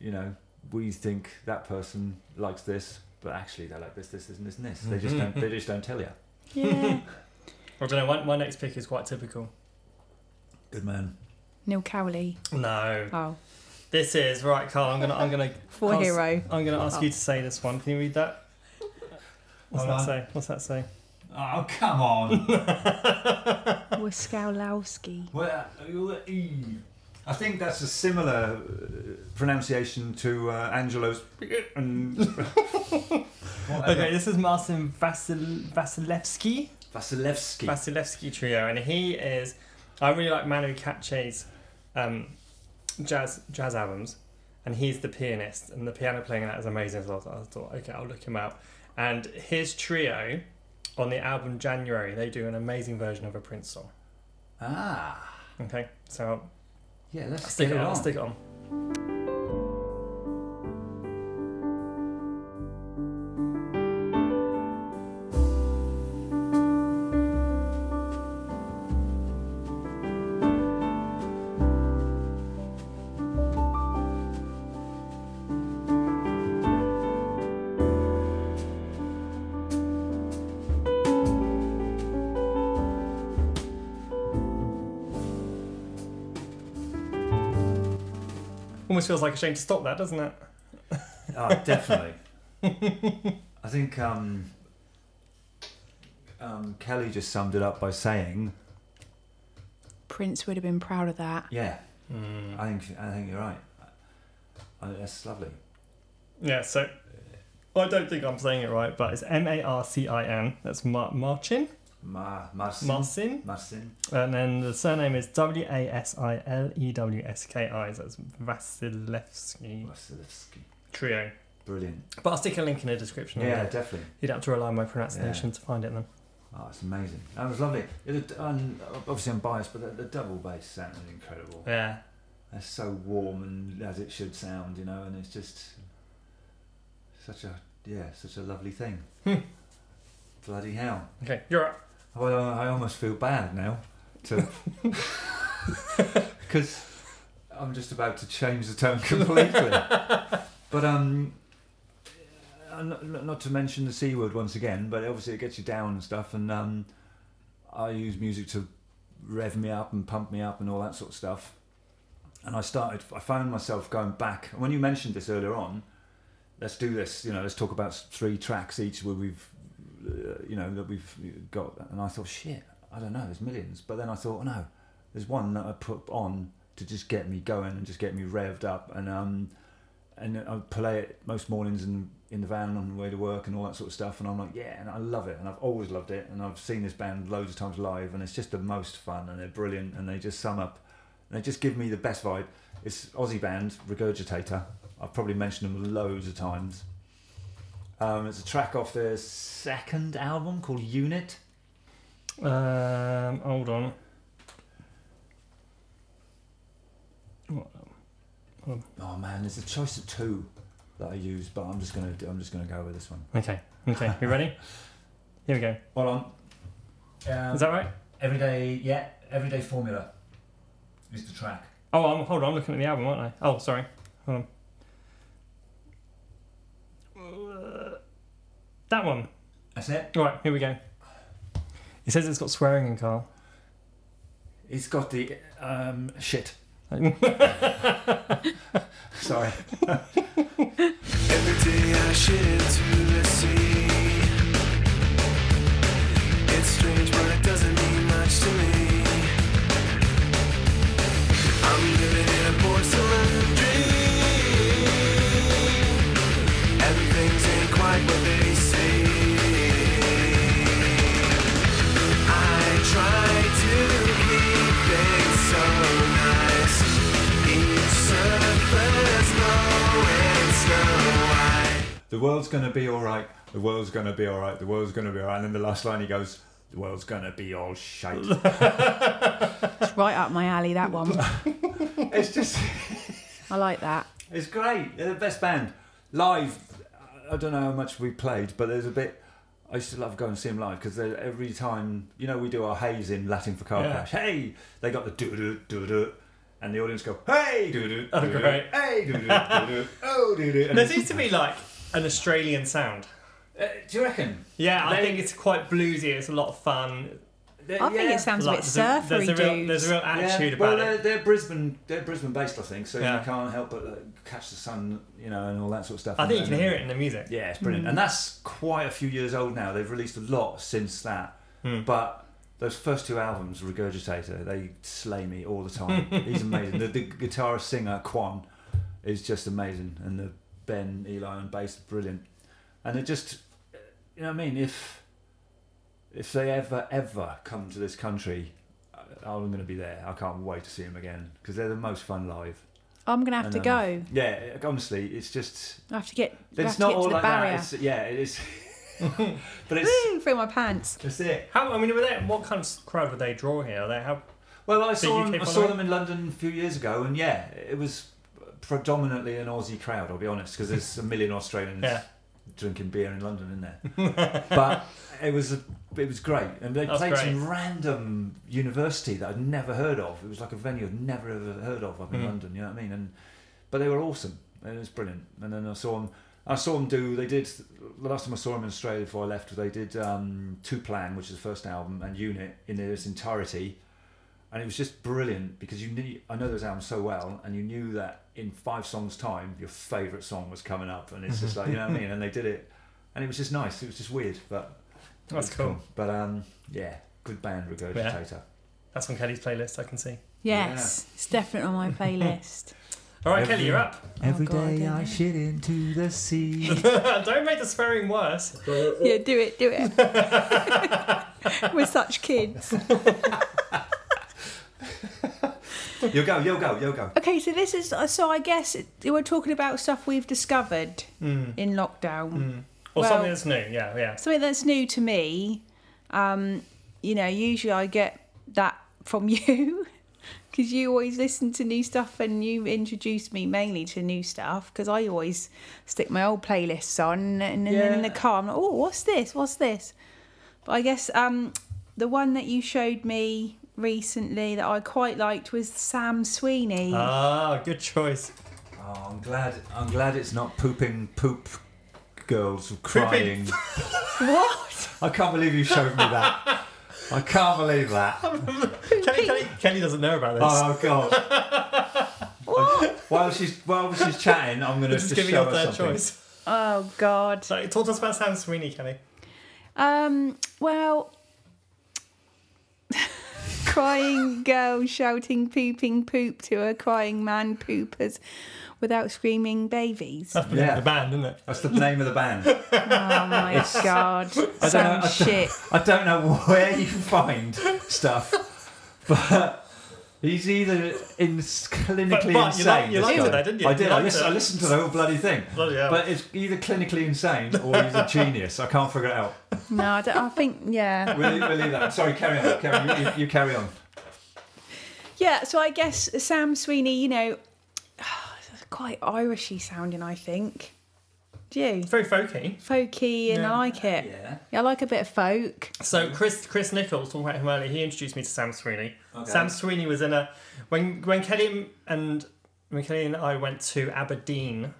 you know, we think that person likes this, but actually they like this, this, this, and this, and this. They just don't. They just don't tell you.
Yeah.
I don't know. My, my next pick is quite typical.
Good man.
Neil Cowley.
No,
Oh,
this is right, Carl. I'm gonna. I'm gonna.
for
Can't s-
hero.
I'm gonna ask you to say this one. Can you read that? What's
Hold
that
on.
say? What's that say?
Oh, come on.
Waskowlowski.
Well, E. I think that's a similar uh, pronunciation to uh, Angelo's. And
Okay, this is Marcin Vasil- Vasilevsky.
Vasilevsky.
Vasilevsky Trio, and he is. I really like Manu Katche's um, jazz jazz albums, and he's the pianist, and the piano playing in that is amazing. So I thought- I thought, okay, I'll look him up. And his trio on the album January, they do an amazing version of a Prince song.
ah,
Okay, so
yeah,
I'll
let's
stick
get
it
it
on. I'll
on.
stick it on. Almost feels like a shame to stop that, doesn't it?
Oh, definitely. I think um, um, Kelly just summed it up by saying,
Prince would have been proud of that.
"Yeah,
Hmm.
I think I think you're right. I, that's lovely."
Yeah, so I don't think I'm saying it right, but it's M A R C I N. That's Mar- Marcin.
Ma, Marcin,
Marcin.
Marcin.
And then the surname is W A S I L E W S K I. So that's Vasilevsky
Vasilevsky.
Trio.
Brilliant.
But I'll stick a link in the description.
Yeah, definitely.
You'd have to rely on my pronunciation to find it then.
Oh, it's amazing. That was lovely. It, had- um, obviously, I'm biased, but the, the double bass sounded incredible.
Yeah.
It's so warm and as it should sound, you know, and it's just such a yeah, such a lovely thing. Bloody hell!
Okay, you're up.
Well, I I almost feel bad now, to because I'm just about to change the tone completely. but um, uh, not, not to mention the c word once again, but obviously it gets you down and stuff. And um, I use music to rev me up and pump me up and all that sort of stuff. And I started. I found myself going back. And when you mentioned this earlier on, let's do this. You know, let's talk about s- three tracks each where we've, uh, you know, that we've got. And I thought, shit, I don't know, there's millions. But then I thought, oh, no, there's one that I put on to just get me going and just get me revved up. And um, and I play it most mornings in in the van on the way to work and all that sort of stuff. And I'm like, yeah, and I love it, and I've always loved it, and I've seen this band loads of times live, and it's just the most fun, and they're brilliant, and they just sum up, and they just give me the best vibe. It's Aussie band Regurgitator. I've probably mentioned them loads of times. Um, it's a track off their second album called Unit.
Um, hold on.
Oh man, there's a choice of two that I use, but I'm just gonna I'm just gonna go with this one.
Okay, okay, you ready? Here we go.
Hold on. Um,
Is that right?
Everyday, yeah, Everyday Formula is the track.
Oh, I'm, hold on, I'm looking at the album, aren't I? Oh, sorry. Hold on. Uh, That one.
That's it.
Right, here we go. It says it's got swearing in, Carl.
It's got the um, shit.
Sorry.
Every day I shit into the sea. It's strange, but it doesn't mean much to me. I'm living in a porcelain dream, and things ain't quite what they seem. I try to keep things so nice. Each surface low and snow white.
The world's going to be all right. The world's going to be all right. The world's going to be all right. And then the last line he goes, the world's going to be all shite.
It's right up my alley, that one.
it's just,
I like that.
it's great. They're the best band. Live, I don't know how much we played, but there's a bit. I used to love going to see them live because every time, you know, we do our haze in Latin for Car
Yeah.
Crash. Hey! They got the doo doo doo doo. And the audience go, hey! Doo doo.
Oh,
doo-doo,
great.
Hey! Doo doo doo doo. Oh, doo doo. And
There seems to be like an Australian sound.
Uh, do you reckon?
Yeah, I think it's quite bluesy. It's a lot of fun.
I think it sounds a
Like,
bit
there's
surfery,
a, there's a real,
dude.
There's a real attitude
well,
about
they're,
it.
they're Brisbane. They're Brisbane based, I think. So
Yeah.
you can't help but like, catch the sun, you know, and all that sort of stuff.
I think you
And-
can hear it in the music.
Yeah, it's
Mm.
brilliant, and that's quite a few years old now. They've released a lot since that,
Hmm.
but those first two albums, Regurgitator, they slay me all the time. He's amazing. The, the guitarist singer Quan is just amazing, and the Ben Eli on bass, brilliant. And it just, you know, what I mean, if if they ever ever come to this country. I- I'm going to be there. I can't wait to see them again because they're the most fun live.
I'm gonna have to
I
go.
Yeah, honestly, it's just
I have to get. I have
it's
to
not
get
all
to the
like
barrier.
that. It's, yeah, it is. but it's
Woo, through my pants.
that's it.
How I mean, were they, what kind of crowd would they draw here? Are they how?
Well, I
So
saw
you
them,
keep
I
on
saw
going?
them in London a few years ago, and yeah, it was predominantly an Aussie crowd. I'll be honest, because there's a million Australians
Yeah.
drinking beer in London, in there. but it was a, it was great, and they
That's
played some
great.
random university that I'd never heard of. It was like a venue I'd never ever heard of up in
Mm.
London. You know what I mean? And but they were awesome. And it was brilliant. And then I saw them. I saw them do. They did the last time I saw them in Australia before I left. They did um, Plan, which is the first album, and Unit in its entirety. And it was just brilliant because you knew I know those albums so well, and you knew that in five songs' time, your favourite song was coming up, and it's just like you know what I mean. And they did it, and it was just nice. It was just weird, but it
That's
was
cool.
But um, yeah, good band, Regurgitator.
That's on Kelly's playlist. I can see.
Yes, it's definitely on my playlist.
All right,
Every-
Kelly, you're up.
Every
Oh, God,
day
yeah.
I shit into the sea.
Don't make the swearing worse.
yeah, do it, do it. We're such kids.
you'll go, you'll go, you'll go.
Okay, so this is so I guess it, we're talking about stuff we've discovered in lockdown.
Hmm. Or
Well-
something that's new. Yeah, yeah.
Something that's new to me. Um, you know, usually I get that from you because you always listen to new stuff and you introduce me mainly to new stuff because I always stick my old playlists on and then in the
Yeah.
car I'm like, oh, what's this? What's this? But I guess um, the one that you showed me recently that I quite liked was Sam Sweeney.
Ah, good choice.
Oh, I'm glad. I'm glad it's not pooping poop girls crying.
what?
I can't believe you showed me that. I can't believe that.
Kelly, Kelly, Kelly doesn't know about this.
Oh god. while she's while she's chatting, I'm gonna
just,
just
give me
show
your
her
third
something.
choice.
Oh, God.
So, talk to us about Sam Sweeney, Kelly.
Um, well, crying girl shouting pooping poop to a crying man poopers without screaming babies. Oh
Yeah.
The band, isn't it?
That's the name of the band.
my god,
know, I
some
don't-
shit.
I don't know where you find stuff, but he's either in clinically
But- but you
insane.
like- you
this
liked it
guy.
though, didn't you?
I did.
You
I,
liked
listened,
it.
I listened to the whole bloody thing.
Bloody hell.
But it's either clinically insane or he's a genius. I can't figure it out.
No, I, don't, I think yeah,
We'll leave, we'll leave that. Sorry, carry on. Carry on. You, you, you carry on.
yeah. So I guess Sam Sweeney, you know, quite Irishy sounding. I think. Do you?
It's very folky.
Folky and I like it.
Yeah.
I like a bit of folk.
So Chris Chris Nichols, talking about him earlier, he introduced me to Sam Sweeney. Sam Sweeney was in a when when Kelly and when Kelly and I went to Aberdeen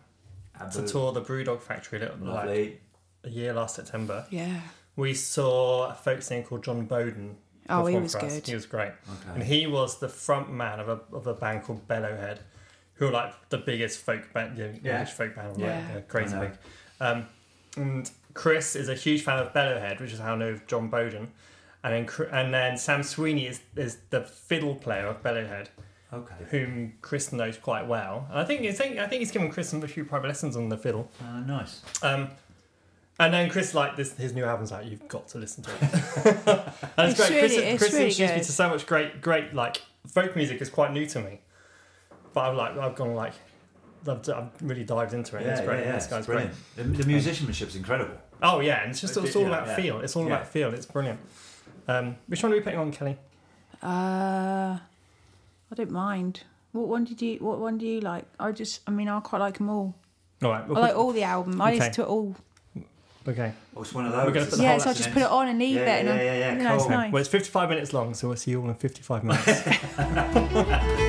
to tour the Brewdog Factory a little like
Uh, Lovely.
a year last September.
Yeah.
We saw a folk singer called John Bowden
Oh, he
perform
was
for us.
good.
He was great.
Okay.
And he was the front man of a, of a band called Bellowhead, who are like the biggest folk band, you know,
Yeah.
English folk band, like,
Yeah.
uh, crazy
I know.
big. Um, and Chris is a huge fan of Bellowhead, which is how I know John Bowden. And then, Cr- and then Sam Sweeney is, is the fiddle player of Bellowhead,
Okay.
whom Chris knows quite well. And I think I think, I think he's given Chris some a few private lessons on the fiddle.
Uh, nice.
Um, and then Chris like this his new album's out. You've got to listen to it. and it's, great. Chris,
It's really- it's
Chris
really
introduced me
good.
to so much great, great like folk music is quite new to me, but I've like I've gone like I've, I've really dived into it. and it's great. and this
it's
guy's
brilliant.
great.
The, the musicianship's incredible.
Oh yeah, and it's just it's all
Yeah,
about
yeah.
feel. It's all
Yeah.
about feel. It's brilliant. Um, which one are we putting on, Kelly?
Uh, I don't mind. What one did you? What one do you like? I just, I mean, I quite like them all.
All right, we'll
I like
put-
all the album. I listen
Okay.
to it all.
okay.
Oh, it's one of
We're
those.
gonna put the
yeah,
whole
so I
lesson
just put it on and leave
Yeah,
it.
yeah,
and I,
yeah, yeah,
you know, it's
cool.
nice.
Well, it's fifty-five minutes long, so we'll see you all in fifty-five minutes.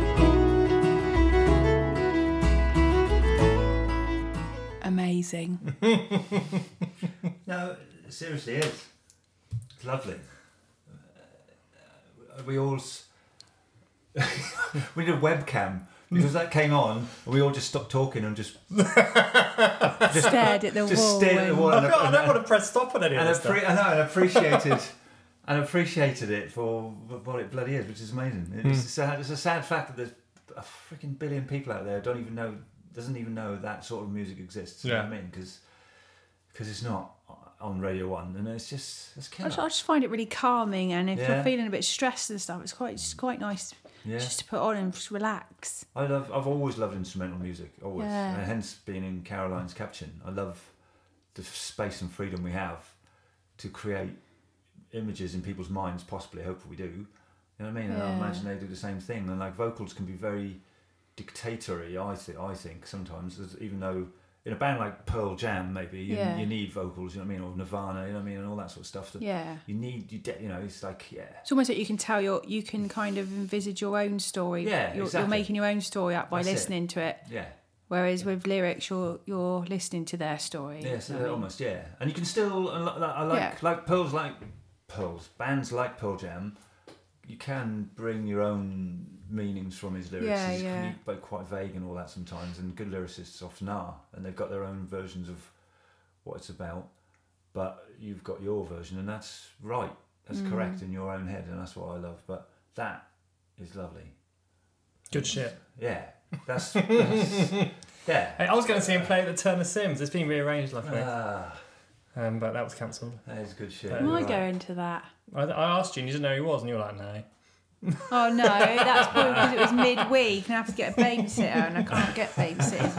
Amazing.
No, it seriously, it is. It's lovely. Uh, we all. S- we did a webcam because that came on, and we all just stopped talking and just
stared at the
just
wall.
stared at the
and-
wall.
I,
and-
feel, I
and-
don't want to press stop on any of
and
this stuff.
appre- I know, and appreciated and appreciated it for what it bloody is, which is amazing. It's, a, sad, it's a sad fact that there's a freaking billion people out there who don't even know doesn't even know that sort of music exists. You know what I mean? Because it's not on Radio One, and it's just it's
I
killer.
just, I just find it really calming, and if
Yeah.
you're feeling a bit stressed and stuff, it's quite it's quite nice
yeah,
just to put on and just relax.
I love. I've always loved instrumental music, always,
Yeah.
and hence being in Caroline's caption. I love the f- space and freedom we have to create images in people's minds. Possibly, hopefully, we do. You know what I mean? And I
Yeah.
imagine they do the same thing. And like vocals can be very dictatory. I think. I think sometimes, as- even though in a band like Pearl Jam, maybe you,
Yeah.
you need vocals. You know what I mean? Or Nirvana. You know what I mean? And all that sort of stuff. That
Yeah,
You need. You de- You know. It's like yeah.
it's almost like you can tell your you can kind of envisage your own story.
Yeah,
you're,
exactly.
you're making your own story up by
That's it.
listening to it.
Yeah.
Whereas with lyrics, you're you're listening to their story.
Yeah, so
I mean,
almost yeah, and you can still I li- I like
Yeah.
like Pearls like Pearls bands like Pearl Jam. You can bring your own meanings from his lyrics,
Yeah,
He's-
yeah.
but quite vague and all that sometimes. And good lyricists often are, and they've got their own versions of what it's about. But you've got your version, and that's right, that's
Mm.
correct in your own head, and that's what I love. But that is lovely.
Good shit.
Yeah, that's, that's yeah.
Hey, I was going to see him play at the Turner Sims. It's been rearranged, luckily,
Ah,
um, but that was cancelled.
that is good shit.
Am
Am
You're
I
right.
going to that?
I, I asked you, and you didn't know who he was, and you were like, "No."
Oh no, that's probably because it was midweek and I have to get a babysitter and I can't get babysitters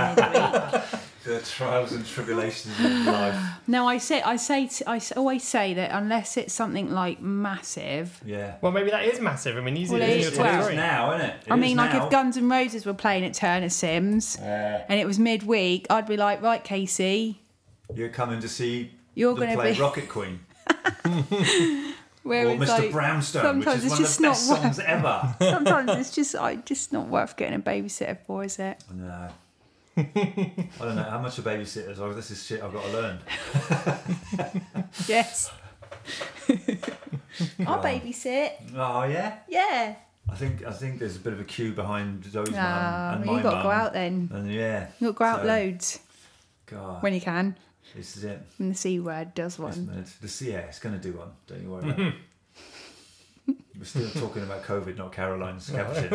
midweek.
The trials and tribulations of life.
No, I say I say t- I s- always say that unless it's something like massive.
Yeah.
Well, maybe that is massive. I mean, he's,
Well,
he's
it
in
is
your top
well.
three.
now, isn't it? It
I
is
mean, like
now.
if Guns N' Roses were playing at Turner Sims
Yeah.
and it was midweek, I'd be like, right, Casey,
You're coming to see
you're
them
going to
play
be.
Rocket Queen or
Whereas,
Mr.
like,
Brownstone, which
sometimes
is
it's
one of
just
the best
not
songs ever.
sometimes it's just I just not worth getting a babysitter for, is it?
no. I don't know how much a babysitter's oh, this is shit I've got to learn.
Yes. I'll babysit.
Oh yeah?
Yeah.
I think I think there's a bit of a queue behind Zoe's mum
Ah,
and
well,
my
you got to go
mum.
out then.
And yeah.
You'll go out
So-
loads
God.
when you can.
this is it.
When the C word does
This
one.
minute. The sea yeah, it's gonna do one, don't you worry about it. We're still talking about COVID, not Caroline's captain.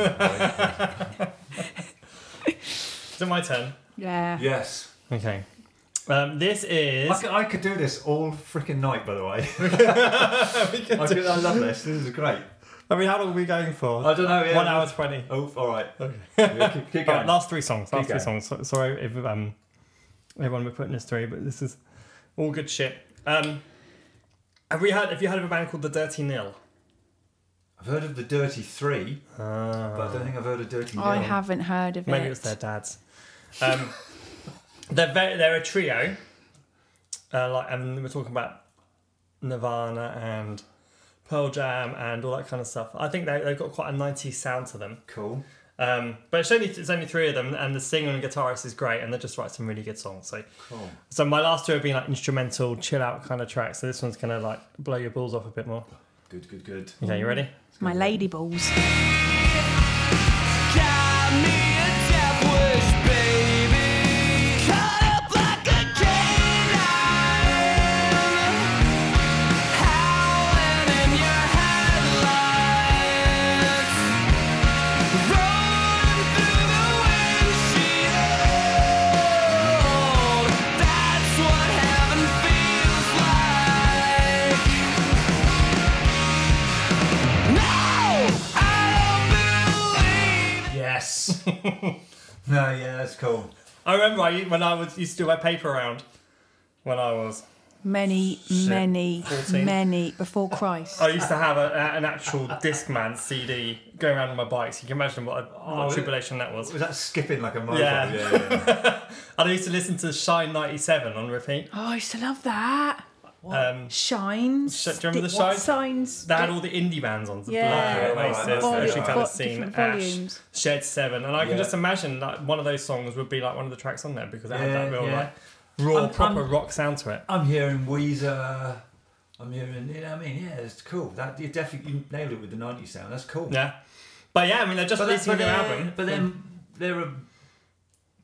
Is it my turn?
Yeah.
yes.
Okay. Um, this is.
I could, I could do this all freaking night, by the way. I, could, I love this. This is great.
I mean, how long are we going for?
I don't know. Yeah,
One hour twenty.
Oh, all right.
Okay.
Yeah, keep, keep
Right,
going.
last three songs. Last three
going.
songs. So, sorry if um, everyone we're putting this through, but this is all good shit. Um, have we had? Have you heard of a band called the Dirty Nil?
I've heard of the Dirty Three, but I don't think I've heard of Dirty
I
Nil.
haven't heard of it.
Maybe it was their dads. Um, they're very, they're a trio. Uh, like, and we're talking about Nirvana and Pearl Jam and all that kind of stuff. I think they they've got quite a 90s sound to them.
Cool.
Um, but it's only it's only three of them, and the singer and guitarist is great, and they just write some really good songs. So,
Cool.
so my last two have been like instrumental, chill out kind of tracks. So this one's gonna like blow your balls off a bit more.
Good, good, good.
Okay, you ready?
My lady balls.
Yes. no, yeah, that's cool.
I remember I, when I was used to do my paper round when I was
Many, many,
14.
many before Christ.
I used to have a, a- an actual Discman CD going around on my bike, so you can imagine what a,
Oh,
what a tribulation that was.
Was that skipping like a mofo?
Yeah.
yeah, yeah.
And I used to listen to Shine 97 on repeat.
Oh, I used to love that.
Um,
Shines.
Sh- do you remember the
What
Shines?
signs?
they had all the indie bands on.
Yeah.
Black Oasis,
Right,
right,
Ocean
right.
Colour
Got
Scene,
different
Ash,
volumes.
Shed 7. And I can
Yeah.
just imagine that one of those songs would be like one of the tracks on there because it had that
Yeah,
real,
yeah.
like, raw,
I'm-
proper
I'm-
rock sound to it.
I'm hearing Weezer. I'm hearing, you know what I mean? Yeah, it's cool. That You definitely you nailed it with the 90s sound. That's cool.
Yeah. But yeah, I mean, they're just
But, that's
releasing
but,
their
they're,
album.
but then they're a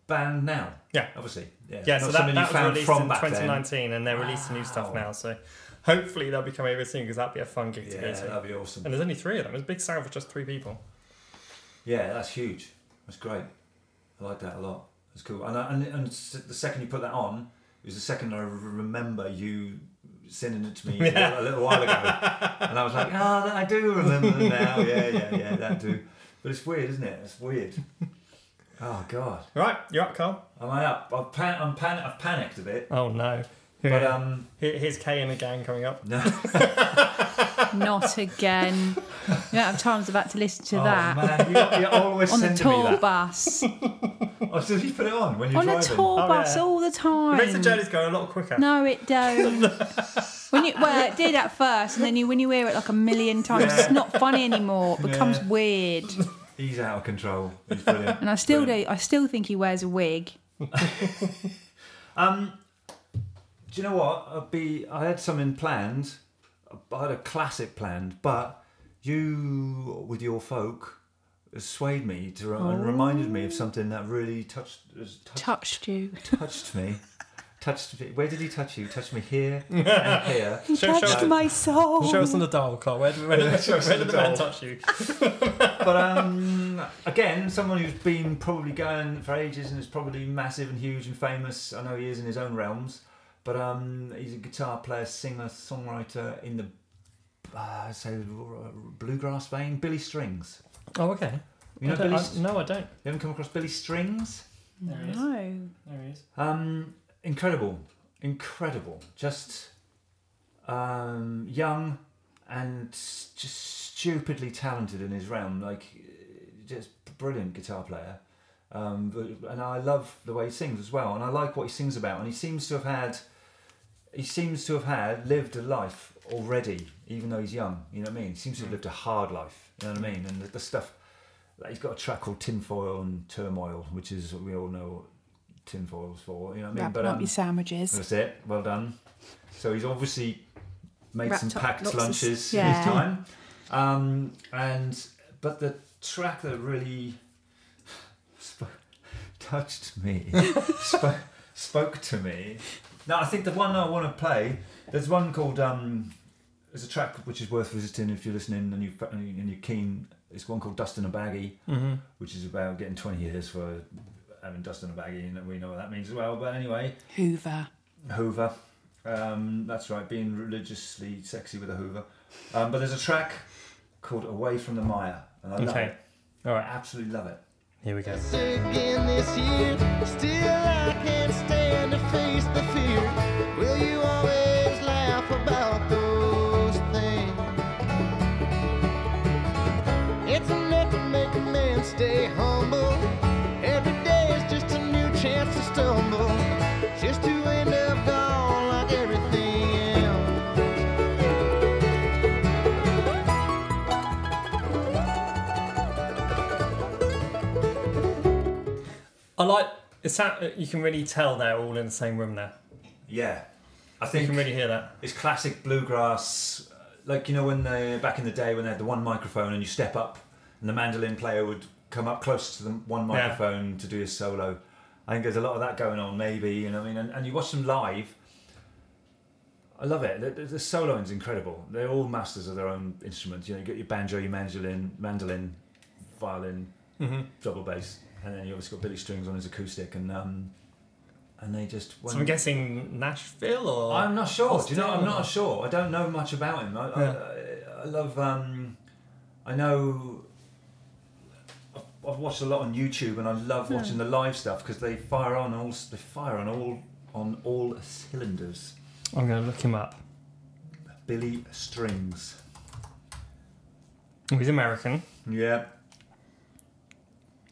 band now.
Yeah.
Obviously. Yeah,
Yeah,
Not
so
something
that,
you
that was
found
released
from
in
back then.
2019 and they're releasing new stuff
Wow.
now. So hopefully they'll be coming over soon because that'd be a fun gig to
Yeah,
go to.
that'd be awesome.
And there's only three of them. It's a big sound for just three people.
Yeah, that's huge. That's great. I like that a lot. That's cool. And I, and, and s- the second you put that on, it was the second I remember you sending it to me a little- a, little, while ago, and I was like, ah, that I do remember them now. Yeah, yeah, yeah, that do. But it's weird, isn't it? It's weird. Oh God,
Right, you're up, Carl.
am I up? I've pan- I'm pan- I've panicked a bit,
Oh no.
but um,
Here- Here's Kay and the gang coming up.
no.
Not again. the amount of times I've had to listen to
Oh,
that
man, you, you always
on the
send me
tour
that.
bus.
Oh, so you put it on when you're
on a
driving.
tour
Oh,
bus
yeah.
all the
It
time.
makes the journeys go a lot quicker.
No, it don't. when you well, it did at first, and then you when you hear it like a million times, it's not funny anymore. It becomes
Yeah.
weird.
He's out of control. He's brilliant.
And I still do. I still think he wears a wig.
Um, do you know what? I'd be. I had something planned. I had a classic planned, but you, with your folk, swayed me to and reminded me of something that really touched has touched,
Touched you.
touched me. Touched me. Where did he touch you? Touched me here and here.
He
Show- show
touched
us-
my soul.
Show us on the dial, Carl. Where did, where did,
Show us
where
on
did
the
the
dial.
man touch you?
But um, again, someone who's been probably going for ages and is probably massive and huge and famous. I know he is in his own realms, but um, he's a guitar player, singer, songwriter in the uh, say bluegrass vein. Billy Strings.
Oh, okay.
You know
I don't-
Billy.
I-
St-
no, I don't.
you haven't come across Billy Strings?
There he is.
No.
There he is.
Um, incredible, incredible. Just um, young and s- just stupidly talented in his realm. Like, uh, just brilliant guitar player. Um, but- and I love the way he sings as well. And I like what he sings about. And he seems to have had, he seems to have had lived a life already, even though he's young. You know what I mean? He seems to have lived a hard life. You know what I mean? And the, the stuff. Like he's got a track called Tinfoil and Turmoil, which is we all know what tinfoil's for. You know what I mean? um,
Wrapping
um,
up your sandwiches.
That's it. Well done. So he's obviously made
Wrapped
some
up
packed
lots of-
lunches in
yeah.
his time. Um, and but the track that really spoke, touched me, spoke, spoke to me. Now I think the one I want to play. There's one called. Um, there's a track which is worth visiting if you're listening and you and you're keen. It's one called Dust in a Baggie
Mm-hmm.
which is about getting 20 years for having dust in a baggie, and we know what that means as well. But anyway,
Hoover.
Hoover. Um, that's right, being religiously sexy with a Hoover. Um, but there's a track called Away from the Mire, and I love
Okay.
it.
All
I
right.
absolutely love it.
Here we go.
again this year. Still, I can't stand to face the fear. Will you always laugh about those things?
I like it's that uh, you can really tell they're all in the same room there.
Yeah, I
You
think
can really hear that.
it's classic bluegrass. uh, Like you know when they back in the day when they had the one microphone and you step up and the mandolin player would come up close to the one
Yeah.
microphone to do his solo. I think there's a lot of that going on, maybe you know. What I mean, and, and you watch them live. I love it. The, the, the soloing's incredible. They're all masters of their own instruments. You know, you got your banjo, your mandolin, mandolin, violin,
hmm
double bass, and then you obviously got Billy Strings on his acoustic, and um, and they just.
So I'm guessing Nashville or
I'm not sure. Do you know? I'm
Austin or-
not sure. I don't know much about him. I, I, I love. Um, I know. I've- I've watched a lot on YouTube, and I love watching the live stuff because they fire on all. They fire on all on all cylinders.
I'm going to look him up.
Billy Strings.
Oh, He's American,
Yeah,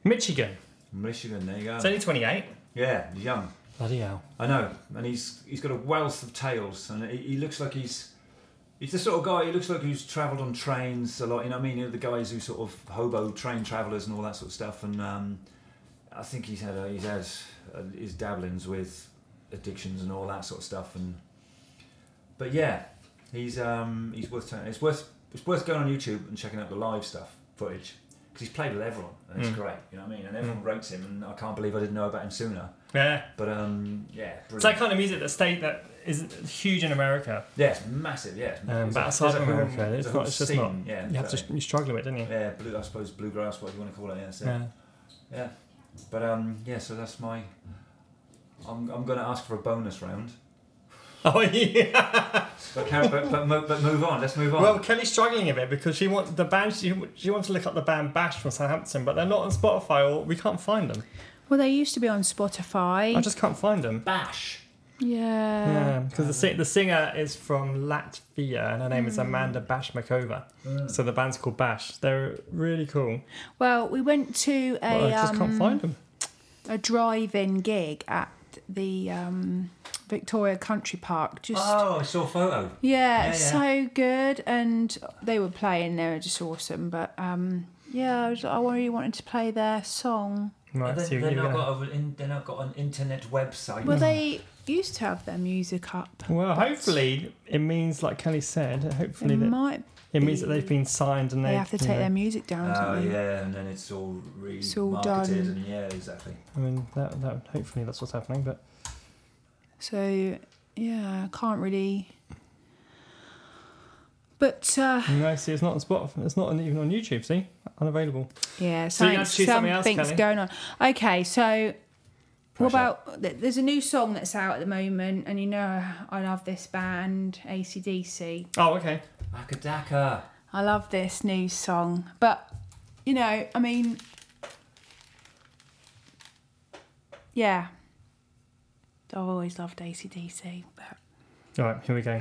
Michigan.
Michigan. There you go.
He's only 28.
Yeah, he's young.
Bloody hell.
I know, and he's he's got a wealth of tales, and he, he looks like he's he's the sort of guy. He looks like who's travelled on trains a lot. You know, what I mean, you know, the guys who sort of hobo train travellers and all that sort of stuff. And um, I think he's had a, he's had uh his dabblings with addictions and all that sort of stuff. And but yeah, he's um, he's worth turning- it's worth it's worth going on YouTube and checking out the live stuff footage because he's played with everyone and it's
Mm.
great. You know what I mean? And everyone
Mm.
rates him, and I can't believe I didn't know about him sooner.
Yeah.
But um, yeah,
It's
brilliant.
that kind of music that state that is huge in America.
Yeah, it's massive. Yeah, it's
Um,
massive. It's
but outside
like-
of
there's a whole-
America,
there's
it's
a
not.
whole
It's just
scene.
not.
Yeah,
you have
exactly.
to. You struggle with it, don't you?
Yeah, blue, I suppose bluegrass, what you want to call it. Yeah, that's it.
Yeah.
yeah. But um, yeah, so that's my. I'm, I'm going to ask for a bonus round.
Oh yeah.
But, Karen, but, but, mo- but move on. Let's move on.
Well, Kelly's struggling a bit because she wants the band. She, she wants to look up the band Bash from Southampton, but they're not on Spotify, or we can't find them.
Well, they used to be on Spotify.
I just can't find them.
Bash.
yeah.
Yeah, because the, si- the singer is from Latvia and her name is Amanda Bashmakova.
Mm.
So the band's called Bash. They're really cool.
Well, we went to
But
a
I just can't
um,
find them.
a drive-in gig at the um, Victoria Country Park. Just
Oh, I saw a photo.
yeah,
yeah.
so good, and they were playing. They were just awesome. But um, yeah, I, was, I really wanted to play their song.
Right,
they,
so you
they've
go.
not got a, in, they've not got an internet website.
Well, they used to have their music up.
Well, hopefully it means, like Kelly said, hopefully
They
that
might.
it means that
be-
they've been signed and
They
they
have to take their music down.
Oh
don't they?
yeah, and then it's all re
It's all
marketed
done.
and yeah, exactly.
I mean, that, that hopefully that's what's happening. But
So yeah, I can't really. But uh,
no, see, it's not on Spotify. It's not even on YouTube. See, unavailable.
yeah,
So you
something,
had to choose something else,
something's
Kelly.
going on. Okay, so
Pressure.
what about th- there's a new song that's out at the moment, and you know I love this band ACDC.
Oh, okay.
Akadaka.
I love this new song, but you know, I mean, yeah, I've always loved ACDC, but
All right, here we go.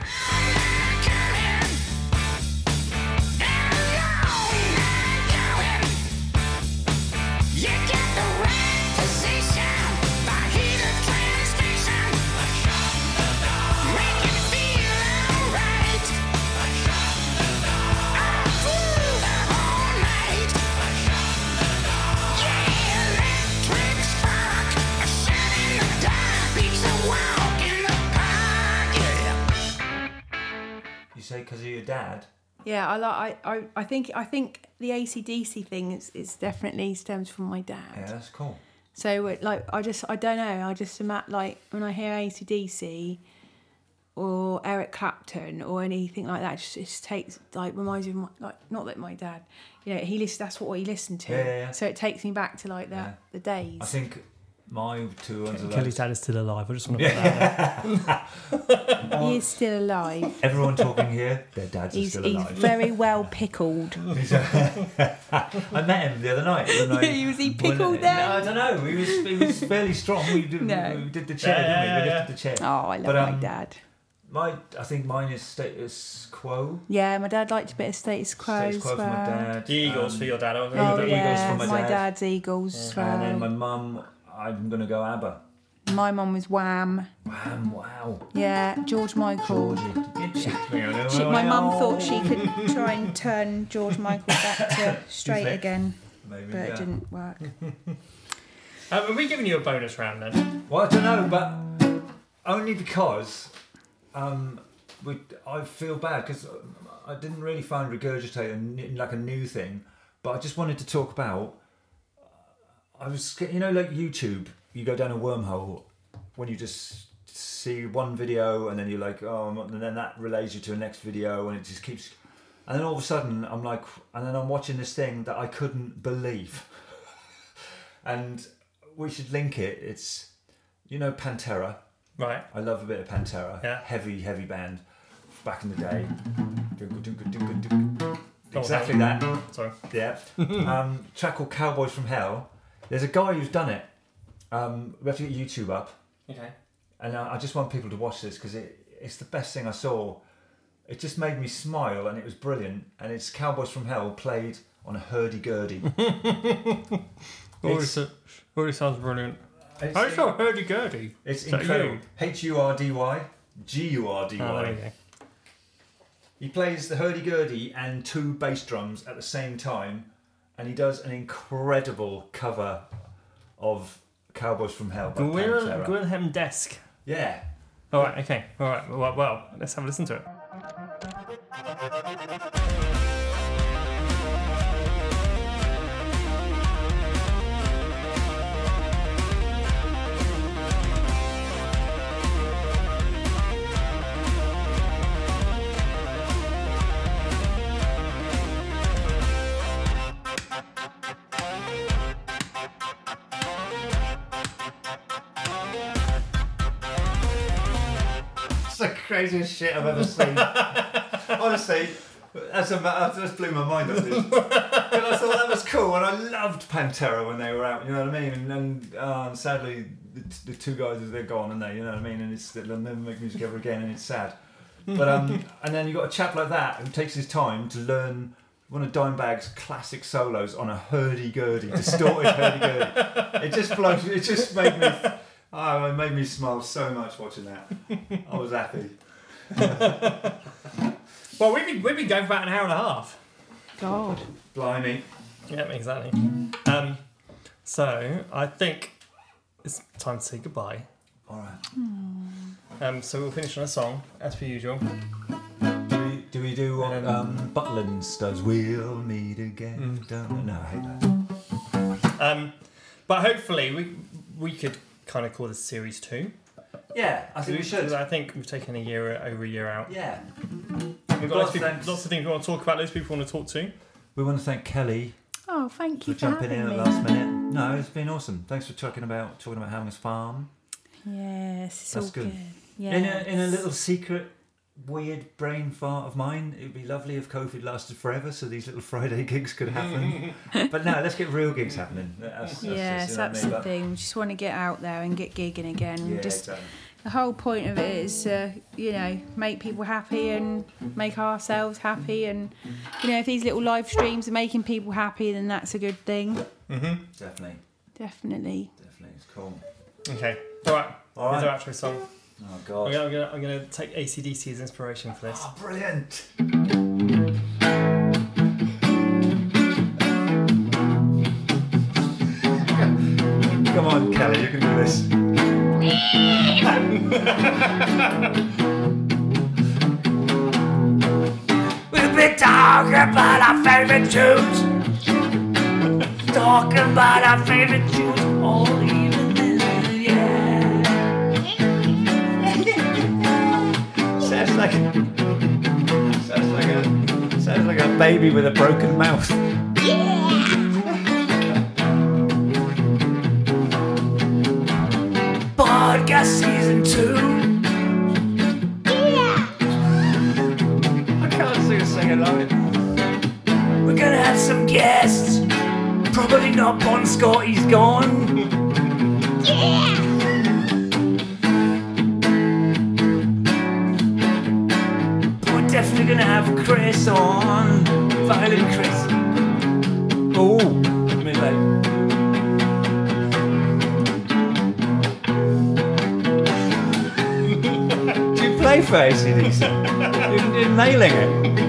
Walk in the park, yeah.
You say because of your dad?
Yeah, I like. I, I, I think. I think the ACDC thing is, is definitely stems from my dad.
Yeah, that's cool.
So it- like, I just. I don't know. I just am at like when I hear ACDC or Eric Clapton or anything like that. It just, it just takes like reminds me of my, like not that my dad. You know, he listened. That's what he listened to.
Yeah, yeah, yeah.
So it takes me back to like that
Yeah.
the days.
I think my two ones are those.
Kelly's dad is still alive. I just want to put that.
he is still alive.
Everyone talking here, their dads
he's
are still
he's
alive.
very well pickled.
I met him the other night. The night
was he
when-
pickled
No, I
then?
don't know. He was, he was fairly strong. We did,
No.
we did the chair,
Yeah,
didn't we? We
yeah,
lifted the chair.
Oh, I love
But,
my
um,
dad.
My, I think mine is status quo.
Yeah, my dad liked a bit of status quo.
status quo
as
for my
well.
dad. um,
dad.
Yeah,
Oh
the Eagles for
yeah,
my
my
dad.
dad's Eagles. as
Um, And then my
well.
mum, I'm going to go ABBA.
my mum was Wham.
Wham, wow.
Yeah, George Michael.
Georgie.
She, my mum thought she could try and turn George Michael back to straight
it? Hmm.
again,
Maybe,
but
yeah.
it didn't work.
Um, are we giving you a bonus round then?
Well, I don't know, but only because um, we, I feel bad because I didn't really find regurgitate a n like a new thing, but I just wanted to talk about. I was, sca- you know, like YouTube, you go down a wormhole when you just see one video and then you're like, oh, I'm not- and then that relays you to the next video and it just keeps. And then all of a sudden, I'm like, and then I'm watching this thing that I couldn't believe. and we should link it. It's you know Pantera.
Right.
I love a bit of Pantera.
Yeah.
Heavy, heavy band back in the day. Dunga, dunga, dunga, dunga.
Oh,
Exactly that.
Sorry.
Yeah. um, track called Cowboys from Hell. There's a guy who's done it. Um, we have to get YouTube up,
Okay.
and I, I just want people to watch this because it, it's the best thing I saw. It just made me smile, and it was brilliant. And it's Cowboys from Hell played on a hurdy gurdy.
Already,
It's-
so- already sounds brilliant. I just got hurdy gurdy.
It's
Is that
incredible.
you?
H U R D Y, G U R D
Oh, there you
Y.
go.
He plays the hurdy gurdy and two bass drums at the same time, and he does an incredible cover of Cowboys from Hell by
Gwil-
Pantera.
Gwilhelm Desk.
yeah.
All right. Okay. All right. Well, well, let's have a listen to it.
It's the craziest shit I've ever seen. Honestly, that's a, that just blew my mind up. Dude. But I thought that was cool, and I loved Pantera when they were out. You know what I mean? And, and uh, sadly, the, t- the two guys they're gone, and they, you know what I mean. And it's they'll never make music ever again, and it's sad. But um, and then you got a chap like that who takes his time to learn one of Dimebag's classic solos on a hurdy gurdy, distorted hurdy gurdy. It just blows. It just made me. Oh, it made me smile so much watching that. I was happy.
Well, we've been, we've been going for about an hour and a half.
God.
Blimey.
Yeah, exactly. Um, so I think it's time to say goodbye.
All right.
Um, so we'll finish on a song, as per usual.
Do we do, we do what um, Butland does? We'll meet again. Don't, no, I hate that.
Um, but hopefully we we could kind of call this series two.
Yeah, I think we
Because
should.
I think we've taken a year over a year out.
Yeah.
We've got lots of,
Well,
people,
thanks.
lots of things we want to talk about. Loads of people want to talk to.
We want to thank Kelly
Oh, thank
for
you for,
jumping
having
in at
me.
the last minute. No, it's been awesome. Thanks for talking about talking about Hamlin's Farm.
Yes, it's
That's
all
good.
good.
In a
Yes.
in a little secret weird brain fart of mine, it'd be lovely if COVID lasted forever so these little Friday gigs could happen. but no, let's get real gigs happening. That's, that's,
Yes,
you know what I
that's
mean?
the
But-
thing. We just want to get out there and get gigging again.
Yeah,
just
exactly.
the whole point of it is to, you know, make people happy and make ourselves happy. And you know, if these little live streams are making people happy, then that's a good thing.
Definitely,
Definitely.
definitely. It's cool.
Okay. All right.
All
Here's
right.
our outro song.
Oh,
I'm
God.
gonna, I'm, gonna, I'm gonna take ACDC as inspiration for this.
Oh, brilliant. Come on, Kelly, you can do this.
We've been talking about our favorite tunes. talking about our favorite tunes all evening. Yeah.
Sounds like sounds like a sounds like a baby with a broken mouth.
Podcast season two.
I can't sing a sing along.
We're gonna have some guests. Probably not Bon Scott, he's gone. Yeah. We're definitely gonna have Chris on. Violin Chris.
Oh, me like Do you play for ACDC? You're, you're nailing it.